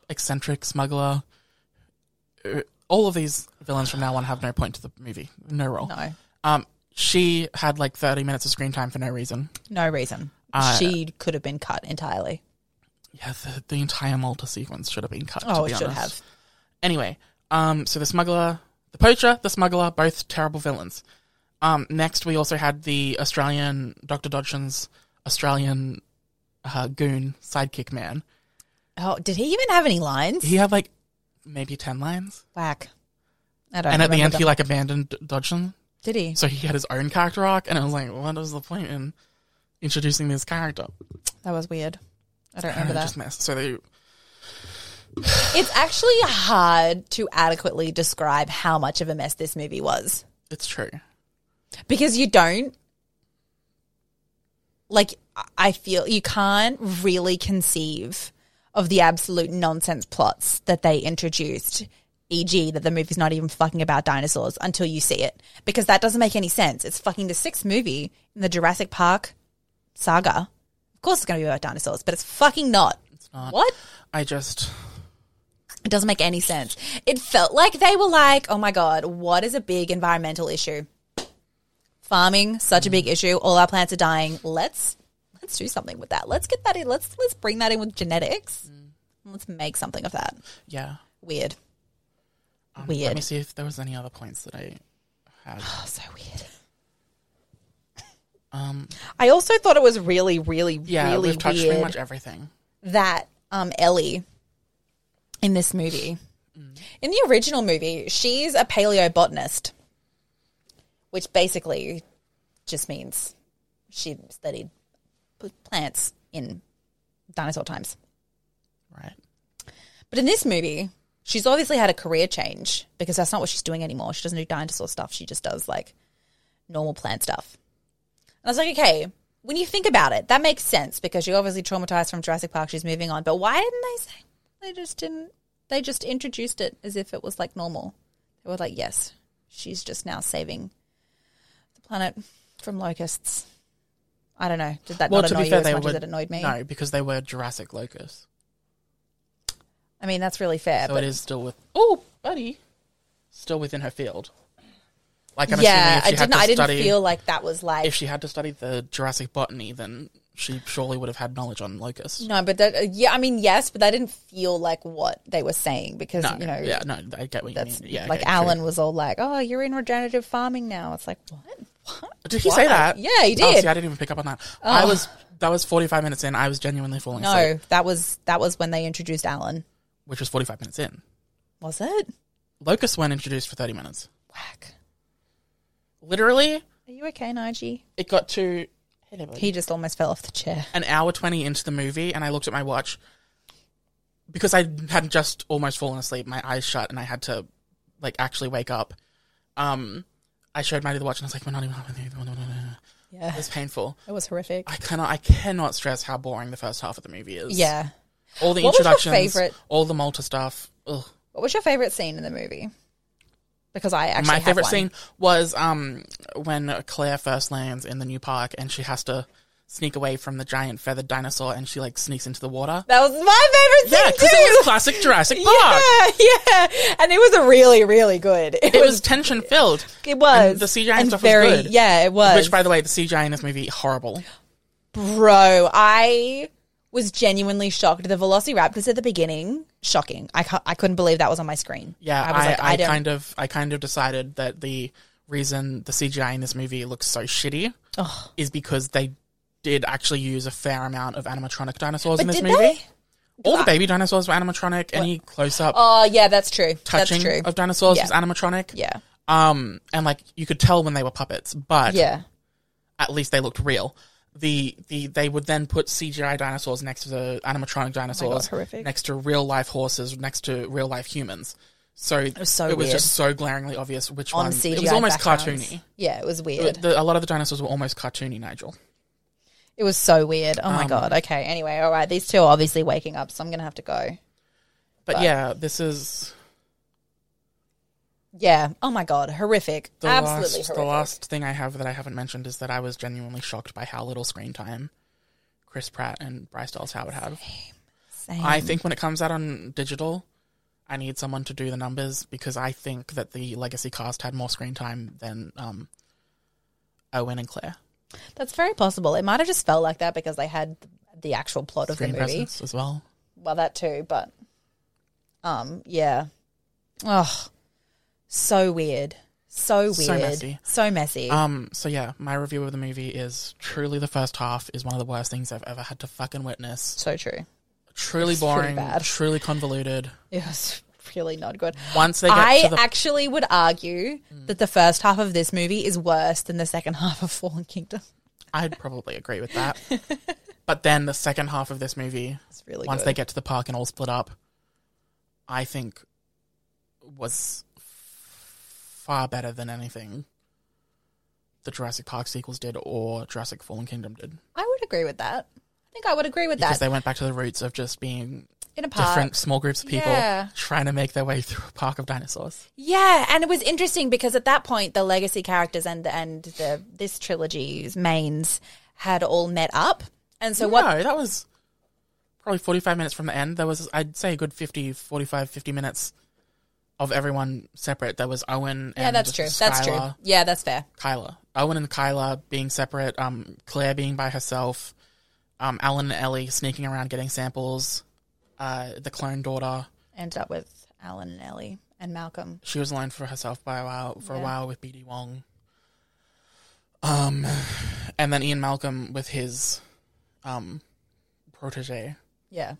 Speaker 1: eccentric smuggler. Uh, All of these villains from now on have no point to the movie, no role.
Speaker 2: No.
Speaker 1: Um, she had like 30 minutes of screen time for no reason.
Speaker 2: No reason.
Speaker 1: Uh,
Speaker 2: she could have been cut entirely.
Speaker 1: Yeah, the, the entire Malta sequence should have been cut.
Speaker 2: Oh,
Speaker 1: to be
Speaker 2: it should
Speaker 1: honest.
Speaker 2: have.
Speaker 1: Anyway, um, so the smuggler, the poacher, the smuggler, both terrible villains. Um, next, we also had the Australian Doctor Dodgson's Australian uh, goon sidekick man.
Speaker 2: Oh, did he even have any lines?
Speaker 1: He had like maybe ten lines,
Speaker 2: Whack. I don't.
Speaker 1: and at the
Speaker 2: remember
Speaker 1: end, he
Speaker 2: them.
Speaker 1: like abandoned D- Dodgson,
Speaker 2: did he?
Speaker 1: so he had his own character arc. And I was like, what was the point in introducing this character?
Speaker 2: That was weird. I don't
Speaker 1: And it
Speaker 2: remember that.
Speaker 1: Just messed. So they
Speaker 2: It's actually hard to adequately describe how much of a mess this movie was.
Speaker 1: It's true.
Speaker 2: because you don't like I- i feel you can't really conceive of the absolute nonsense plots that they introduced e.g. that the movie's not even fucking about dinosaurs until you see it because that doesn't make any sense it's fucking the sixth movie in the jurassic park saga of course it's going to be about dinosaurs but it's fucking not it's not what
Speaker 1: I just
Speaker 2: it doesn't make any sense. It felt like they were like, oh my God, what is a big environmental issue? Farming, such a big
Speaker 1: Mm.
Speaker 2: issue. All our plants are dying. Let's let's do something with that. Let's get that in. Let's let's bring that in with genetics.
Speaker 1: Mm.
Speaker 2: Let's make something of that.
Speaker 1: yeah.
Speaker 2: Weird.
Speaker 1: Um, Let
Speaker 2: Weird.
Speaker 1: me see if there was any other points that I
Speaker 2: [sighs]
Speaker 1: had.
Speaker 2: Oh, so [laughs] weird.
Speaker 1: Um,
Speaker 2: I also thought it was really, really,
Speaker 1: yeah,
Speaker 2: really
Speaker 1: we've touched
Speaker 2: weird
Speaker 1: pretty much everything.
Speaker 2: that um, Ellie in this movie. In the original movie, she's a paleobotanist, which basically just means she studied p- plants in dinosaur times.
Speaker 1: Right.
Speaker 2: But in this movie, she's obviously had a career change because that's not what she's doing anymore. She doesn't do dinosaur stuff. She just does like normal plant stuff. And I was like, okay, when you think about it, that makes sense because you're obviously traumatized from Jurassic Park. She's moving on. But why didn't they say? They just didn't. They just introduced it as if it was like normal. They were like, yes, she's just now saving the planet from locusts. I don't know. Did that
Speaker 1: well,
Speaker 2: not
Speaker 1: to
Speaker 2: annoy
Speaker 1: be
Speaker 2: you
Speaker 1: fair,
Speaker 2: as
Speaker 1: they
Speaker 2: much
Speaker 1: were
Speaker 2: as it annoyed me?
Speaker 1: No, because they were Jurassic locusts,
Speaker 2: I mean, that's really fair.
Speaker 1: so
Speaker 2: but
Speaker 1: it is still with. Oh, buddy, still within her field. Like I'm
Speaker 2: yeah,
Speaker 1: assuming if she
Speaker 2: I didn't.
Speaker 1: had to
Speaker 2: I didn't
Speaker 1: study,
Speaker 2: feel like that was like
Speaker 1: if she had to study the Jurassic botany, then she surely would have had knowledge on locusts.
Speaker 2: No, but that, yeah, I mean, yes, but that didn't feel like what they were saying because,
Speaker 1: No,
Speaker 2: you know,
Speaker 1: yeah, no, I get what you mean.
Speaker 2: that's
Speaker 1: Yeah,
Speaker 2: like
Speaker 1: okay, true.
Speaker 2: Alan was all like, oh, you're in regenerative farming now. It's like, what? What?
Speaker 1: Did he say that?
Speaker 2: Yeah, he
Speaker 1: Oh,
Speaker 2: did.
Speaker 1: see, I didn't even pick up on that. I was that was 45 minutes in. I was genuinely falling asleep,
Speaker 2: No, that was that was when they introduced Alan.
Speaker 1: which was 45 minutes in.
Speaker 2: Was it?
Speaker 1: Locusts weren't introduced for 30 minutes.
Speaker 2: Whack.
Speaker 1: Literally,
Speaker 2: Are you okay, Nige?
Speaker 1: it got to
Speaker 2: He just almost fell off the chair.
Speaker 1: an hour 20 into the movie, and I looked at my watch because I had just almost fallen asleep. My eyes shut, and I had to like actually wake up. Um, I showed Maddie the watch, and I was like, "We're not even halfway through."
Speaker 2: Yeah,
Speaker 1: It was painful.
Speaker 2: it was horrific.
Speaker 1: I cannot. I cannot stress how boring the first half of the movie is.
Speaker 2: Yeah.
Speaker 1: all the
Speaker 2: What was your
Speaker 1: introductions,
Speaker 2: favourite-
Speaker 1: all the Malta stuff. Ugh.
Speaker 2: What was your favorite scene in the movie? Because I actually
Speaker 1: My
Speaker 2: have
Speaker 1: favorite
Speaker 2: one.
Speaker 1: scene was um when Claire first lands in the new park, and she has to sneak away from the giant feathered dinosaur, and she like sneaks into the water.
Speaker 2: That was my favorite scene.
Speaker 1: Yeah, because
Speaker 2: too.
Speaker 1: it was classic Jurassic Park.
Speaker 2: Yeah, [laughs] yeah, and it was a really, really good. It,
Speaker 1: It
Speaker 2: was,
Speaker 1: was tension filled.
Speaker 2: it was
Speaker 1: the CGI and stuff was
Speaker 2: very,
Speaker 1: good.
Speaker 2: Yeah, it was.
Speaker 1: Which, by the way, the CGI in this movie horrible.
Speaker 2: Bro, I was genuinely shocked. The Velociraptors at the beginning, shocking. I, cu- I couldn't believe that was on my screen.
Speaker 1: Yeah, I,
Speaker 2: was
Speaker 1: I,
Speaker 2: don't-
Speaker 1: kind of, I kind of decided that the reason the CGI in this movie looks so shitty is because they did actually use a fair amount of animatronic dinosaurs in this
Speaker 2: did
Speaker 1: movie.
Speaker 2: they?
Speaker 1: All the baby dinosaurs were animatronic. Any close up
Speaker 2: Oh yeah, that's true.
Speaker 1: touching
Speaker 2: that's true.
Speaker 1: of dinosaurs
Speaker 2: Yeah.
Speaker 1: was animatronic.
Speaker 2: yeah,
Speaker 1: Um, and like you could tell when they were puppets, but
Speaker 2: yeah.
Speaker 1: at least they looked real. The the they would then put CGI dinosaurs next to the animatronic dinosaurs,
Speaker 2: horrific.
Speaker 1: next to real life horses, next to real life humans. So it was,
Speaker 2: so weird.
Speaker 1: just so glaringly obvious which
Speaker 2: On
Speaker 1: one.
Speaker 2: CGI,
Speaker 1: Um, it was almost
Speaker 2: backgrounds.
Speaker 1: cartoony.
Speaker 2: Yeah, it was
Speaker 1: It-
Speaker 2: weird.
Speaker 1: the- a lot of the dinosaurs were almost cartoony, Nigel.
Speaker 2: It was so weird.
Speaker 1: Um,
Speaker 2: Oh my god. Okay. Anyway, all right. These two are obviously waking up, so I'm gonna have to go.
Speaker 1: But,
Speaker 2: But-
Speaker 1: yeah, this is
Speaker 2: Yeah. Oh my god. Horrific.
Speaker 1: the
Speaker 2: Absolutely
Speaker 1: last
Speaker 2: horrific.
Speaker 1: the last thing I have that I haven't mentioned is that I was genuinely shocked by how little screen time Chris Pratt and Bryce Dallas Howard have.
Speaker 2: Same.
Speaker 1: I think when it comes out on digital, I need someone to do the numbers because I think that the legacy cast had more screen time than um, Owen and Claire.
Speaker 2: That's very possible. It might have just felt like that because they had the actual plot of
Speaker 1: Screen
Speaker 2: the movie.
Speaker 1: presence as well.
Speaker 2: Well, that too, but um, yeah. Oh, so weird. So weird.
Speaker 1: So messy.
Speaker 2: So messy.
Speaker 1: Um, so yeah, my review of the movie is truly the first half is one of the worst things I've ever had to fucking witness.
Speaker 2: so true.
Speaker 1: Truly
Speaker 2: pretty
Speaker 1: boring,
Speaker 2: bad.
Speaker 1: truly convoluted.
Speaker 2: It was [laughs] really not good.
Speaker 1: Once they get
Speaker 2: I
Speaker 1: to the Mm.
Speaker 2: actually would argue that the first half of this movie is worse than the second [laughs] half of Fallen Kingdom.
Speaker 1: I'd probably agree with that. [laughs] but then the second half of this movie,
Speaker 2: It's really
Speaker 1: once
Speaker 2: good.
Speaker 1: they get to the park and all split up, I think was f- far better than anything the Jurassic Park sequels did or Jurassic Fallen Kingdom did.
Speaker 2: I would agree with that. I think I would agree with
Speaker 1: Because
Speaker 2: that.
Speaker 1: they went back to the roots of just being
Speaker 2: In a park.
Speaker 1: different small groups of people
Speaker 2: Yeah.
Speaker 1: trying to make their way through a park of dinosaurs.
Speaker 2: Yeah, and it was interesting because at that point the legacy characters and and the this trilogy's mains had all met up. And so what
Speaker 1: No, that was probably 45 minutes from the end. There was, I'd say, a good 50, 45, 50 minutes of everyone separate. There was Owen and
Speaker 2: Yeah, that's true. That's true.
Speaker 1: Skylar-
Speaker 2: Yeah, that's fair.
Speaker 1: Kyla. Owen and Kyla being separate, um, Claire being by herself, um, Alan and Ellie sneaking around getting samples, uh, the clone daughter.
Speaker 2: Ended up with Alan and Ellie and Malcolm.
Speaker 1: She was alone for herself by a while for a
Speaker 2: Yeah.
Speaker 1: while with BD Wong. Um and then Ian Malcolm with his um protege.
Speaker 2: Yeah.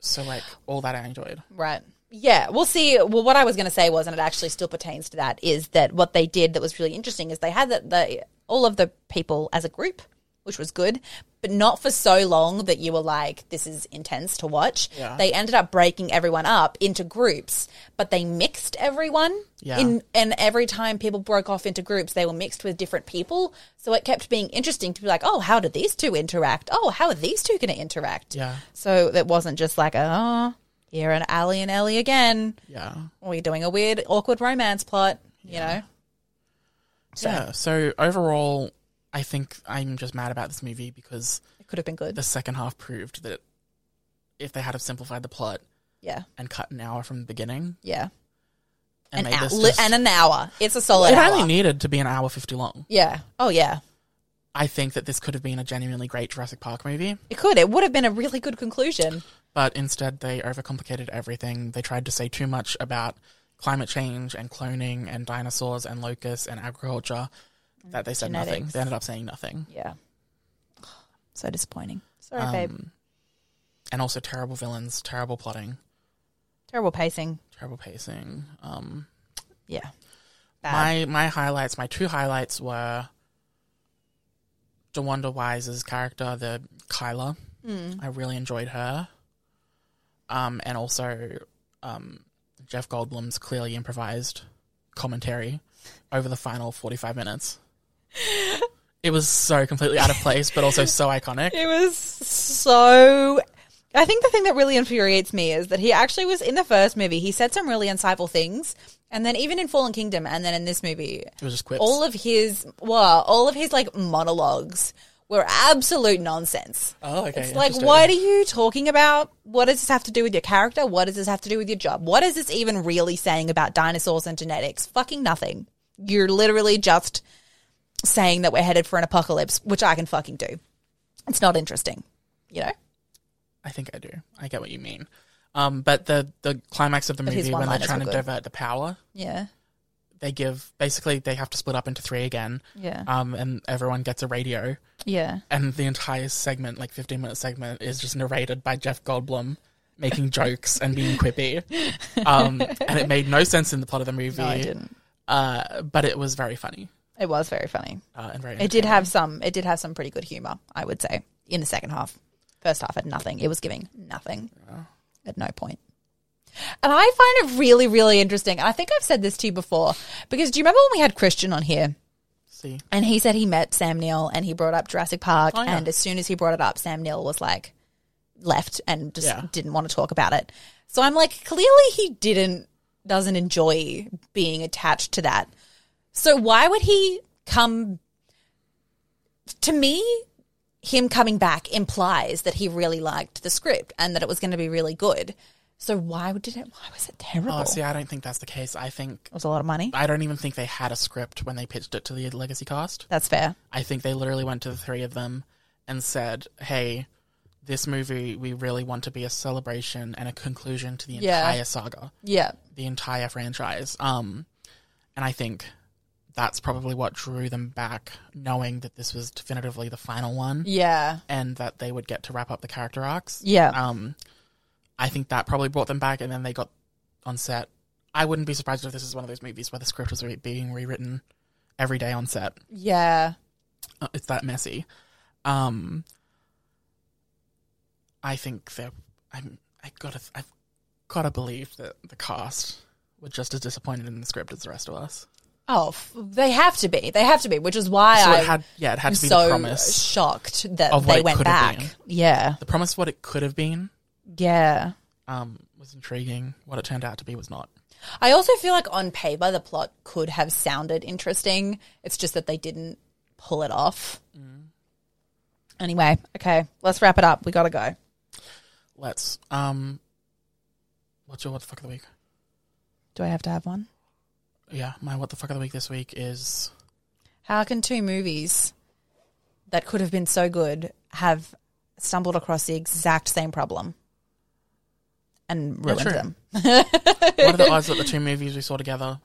Speaker 1: So like all that I enjoyed.
Speaker 2: Right. Yeah, we'll see. Well, what I was going to say was, and it actually still pertains to that, is that what they did that was really interesting is they had the, the all of the people as a group, which was good, but not for so long that you were like, this is intense to watch.
Speaker 1: Yeah.
Speaker 2: They ended up breaking everyone up into groups, but they mixed everyone.
Speaker 1: Yeah.
Speaker 2: In, and every time people broke off into groups, they were mixed with different people. So it kept being interesting to be like, oh, how do these two interact? Oh, how are these two going to interact?
Speaker 1: Yeah.
Speaker 2: So that wasn't just like, oh, here and Allie and Ellie again.
Speaker 1: Yeah.
Speaker 2: We're doing a weird, awkward romance plot, you know?
Speaker 1: So. Yeah. So overall I think I'm just mad about this movie because
Speaker 2: It could have been good.
Speaker 1: the second half proved that if they had have simplified the plot
Speaker 2: Yeah.
Speaker 1: and cut an hour from the beginning
Speaker 2: Yeah.
Speaker 1: and
Speaker 2: An
Speaker 1: made
Speaker 2: hour,
Speaker 1: this just,
Speaker 2: and an hour. It's a solid
Speaker 1: it
Speaker 2: hour.
Speaker 1: only needed to be an hour fifty long.
Speaker 2: yeah. Oh, yeah.
Speaker 1: I think that this could have been a genuinely great Jurassic Park movie.
Speaker 2: It could. It would have been a really good conclusion.
Speaker 1: But instead, they overcomplicated everything. They tried to say too much about climate change and cloning and dinosaurs and locusts and agriculture that they said nothing.
Speaker 2: Genetics.
Speaker 1: They ended up saying nothing.
Speaker 2: Yeah. So disappointing. Sorry, babe.
Speaker 1: Um, And also terrible villains, terrible plotting,
Speaker 2: Terrible pacing.
Speaker 1: terrible pacing. Um,
Speaker 2: Yeah.
Speaker 1: my my highlights, my two highlights were DeWanda Wise's character, the Kyla.
Speaker 2: Hmm.
Speaker 1: I really enjoyed her. Um, and also um, Jeff Goldblum's clearly improvised commentary over the final 45
Speaker 2: [laughs]
Speaker 1: minutes. it was so completely out of place, but also so iconic.
Speaker 2: It was so. I think the thing that really infuriates me is that he actually was in the first movie. He said some really insightful things, and then even in Fallen Kingdom, and then in this movie,
Speaker 1: It was just quips.
Speaker 2: all of his well, all of his like monologues were absolute nonsense.
Speaker 1: oh, okay.
Speaker 2: It's like,
Speaker 1: interesting.
Speaker 2: what are you talking about? What does this have to do with your character? What does this have to do with your job? What is this even really saying about dinosaurs and genetics? Fucking nothing. You're literally just saying that we're headed for an apocalypse, which I can fucking do. It's not interesting, you know?
Speaker 1: I think I do. I get what you mean. Um, but the, the climax of the
Speaker 2: But his
Speaker 1: movie when they're
Speaker 2: one-liners
Speaker 1: trying
Speaker 2: were
Speaker 1: to
Speaker 2: good.
Speaker 1: divert the power
Speaker 2: Yeah.
Speaker 1: they give basically they have to split up into three again.
Speaker 2: Yeah.
Speaker 1: Um, and everyone gets a radio,
Speaker 2: Yeah.
Speaker 1: and the entire segment, like fifteen minute segment, is just narrated by Jeff Goldblum
Speaker 2: [laughs]
Speaker 1: making jokes and being quippy. Um, and it made no sense in the plot of the movie.
Speaker 2: No, I didn't.
Speaker 1: Uh, but it was very funny
Speaker 2: It was very funny.
Speaker 1: uh, and very.
Speaker 2: It did have some it did have some pretty good humor, I would say, in the second half. First half had nothing. It was giving nothing. At no point. And I find it really, really interesting. And I think I've said this to you before, because do you remember when we had Christian on here?
Speaker 1: See,
Speaker 2: And he said he met Sam Neill and he brought up Jurassic Park.
Speaker 1: Oh, yeah.
Speaker 2: And as soon as he brought it up, Sam Neill was like, left and just
Speaker 1: Yeah.
Speaker 2: didn't want to talk about it. So I'm like, clearly he didn't, doesn't enjoy being attached to that. So why would he come? To me, him coming back implies that he really liked the script and that it was going to be really good. So why did it? Why was it terrible?
Speaker 1: oh, see, I don't think that's the case. I think
Speaker 2: it was a lot of money.
Speaker 1: I don't even think they had a script when they pitched it to the legacy cast.
Speaker 2: That's fair.
Speaker 1: I think they literally went to the three of them and said, "Hey, this movie we really want to be a celebration and a conclusion to the
Speaker 2: Yeah.
Speaker 1: entire saga,
Speaker 2: Yeah.
Speaker 1: the entire franchise." Um, and I think that's probably what drew them back, knowing that this was definitively the final one
Speaker 2: Yeah.
Speaker 1: and that they would get to wrap up the character arcs.
Speaker 2: Yeah.
Speaker 1: Um, I think that probably brought them back, and then they got on set. I wouldn't be surprised if this is one of those movies where the script was re- being rewritten every day on set.
Speaker 2: Yeah.
Speaker 1: Uh, it's that messy. Um, I think that I'm. I gotta. I've gotta believe that the cast were just as disappointed in the script as the rest of us.
Speaker 2: Oh, f- they have to be. They have to be, which is why
Speaker 1: So
Speaker 2: I
Speaker 1: it had, yeah, it had
Speaker 2: am
Speaker 1: to be
Speaker 2: so
Speaker 1: the promise.
Speaker 2: shocked that
Speaker 1: of what
Speaker 2: they
Speaker 1: it
Speaker 2: went
Speaker 1: could have
Speaker 2: back.
Speaker 1: been.
Speaker 2: Yeah,
Speaker 1: The promise of what it could have been
Speaker 2: yeah.
Speaker 1: um, was intriguing. What it turned out to be was not.
Speaker 2: I also feel like on paper the plot could have sounded interesting. It's just that they didn't pull it off.
Speaker 1: Mm.
Speaker 2: Anyway, okay, let's wrap it up. We gotta go.
Speaker 1: Let's. Um, what's your what the fuck of the week?
Speaker 2: Do I have to have one?
Speaker 1: Yeah, my what the fuck of the week this week is
Speaker 2: How can two movies that could have been so good have stumbled across the exact same problem and ruined
Speaker 1: true.
Speaker 2: them?
Speaker 1: what are the odds that the two movies we saw together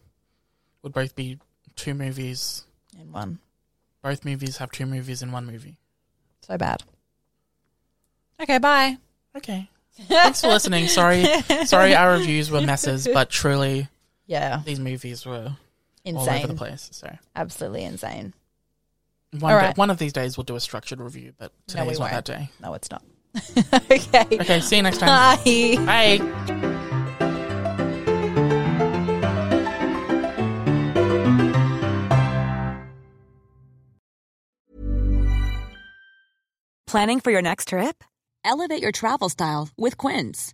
Speaker 1: would both be two movies?
Speaker 2: In one.
Speaker 1: Both movies have two movies in one movie.
Speaker 2: So bad. Okay, bye.
Speaker 1: Okay. Thanks for listening.
Speaker 2: [laughs]
Speaker 1: Sorry, sorry, our reviews were messes, but truly,
Speaker 2: Yeah.
Speaker 1: these movies were all over the
Speaker 2: Insane.
Speaker 1: place. So
Speaker 2: Absolutely insane.
Speaker 1: one,
Speaker 2: All
Speaker 1: day-
Speaker 2: right.
Speaker 1: one of these days we'll do a structured review, but
Speaker 2: No, we
Speaker 1: today's not that
Speaker 2: won't.
Speaker 1: day.
Speaker 2: No, it's not. [laughs] okay. [laughs]
Speaker 1: Okay, see you next time.
Speaker 2: Bye.
Speaker 1: Bye.
Speaker 3: Planning for your next trip? Elevate your travel style with Quince.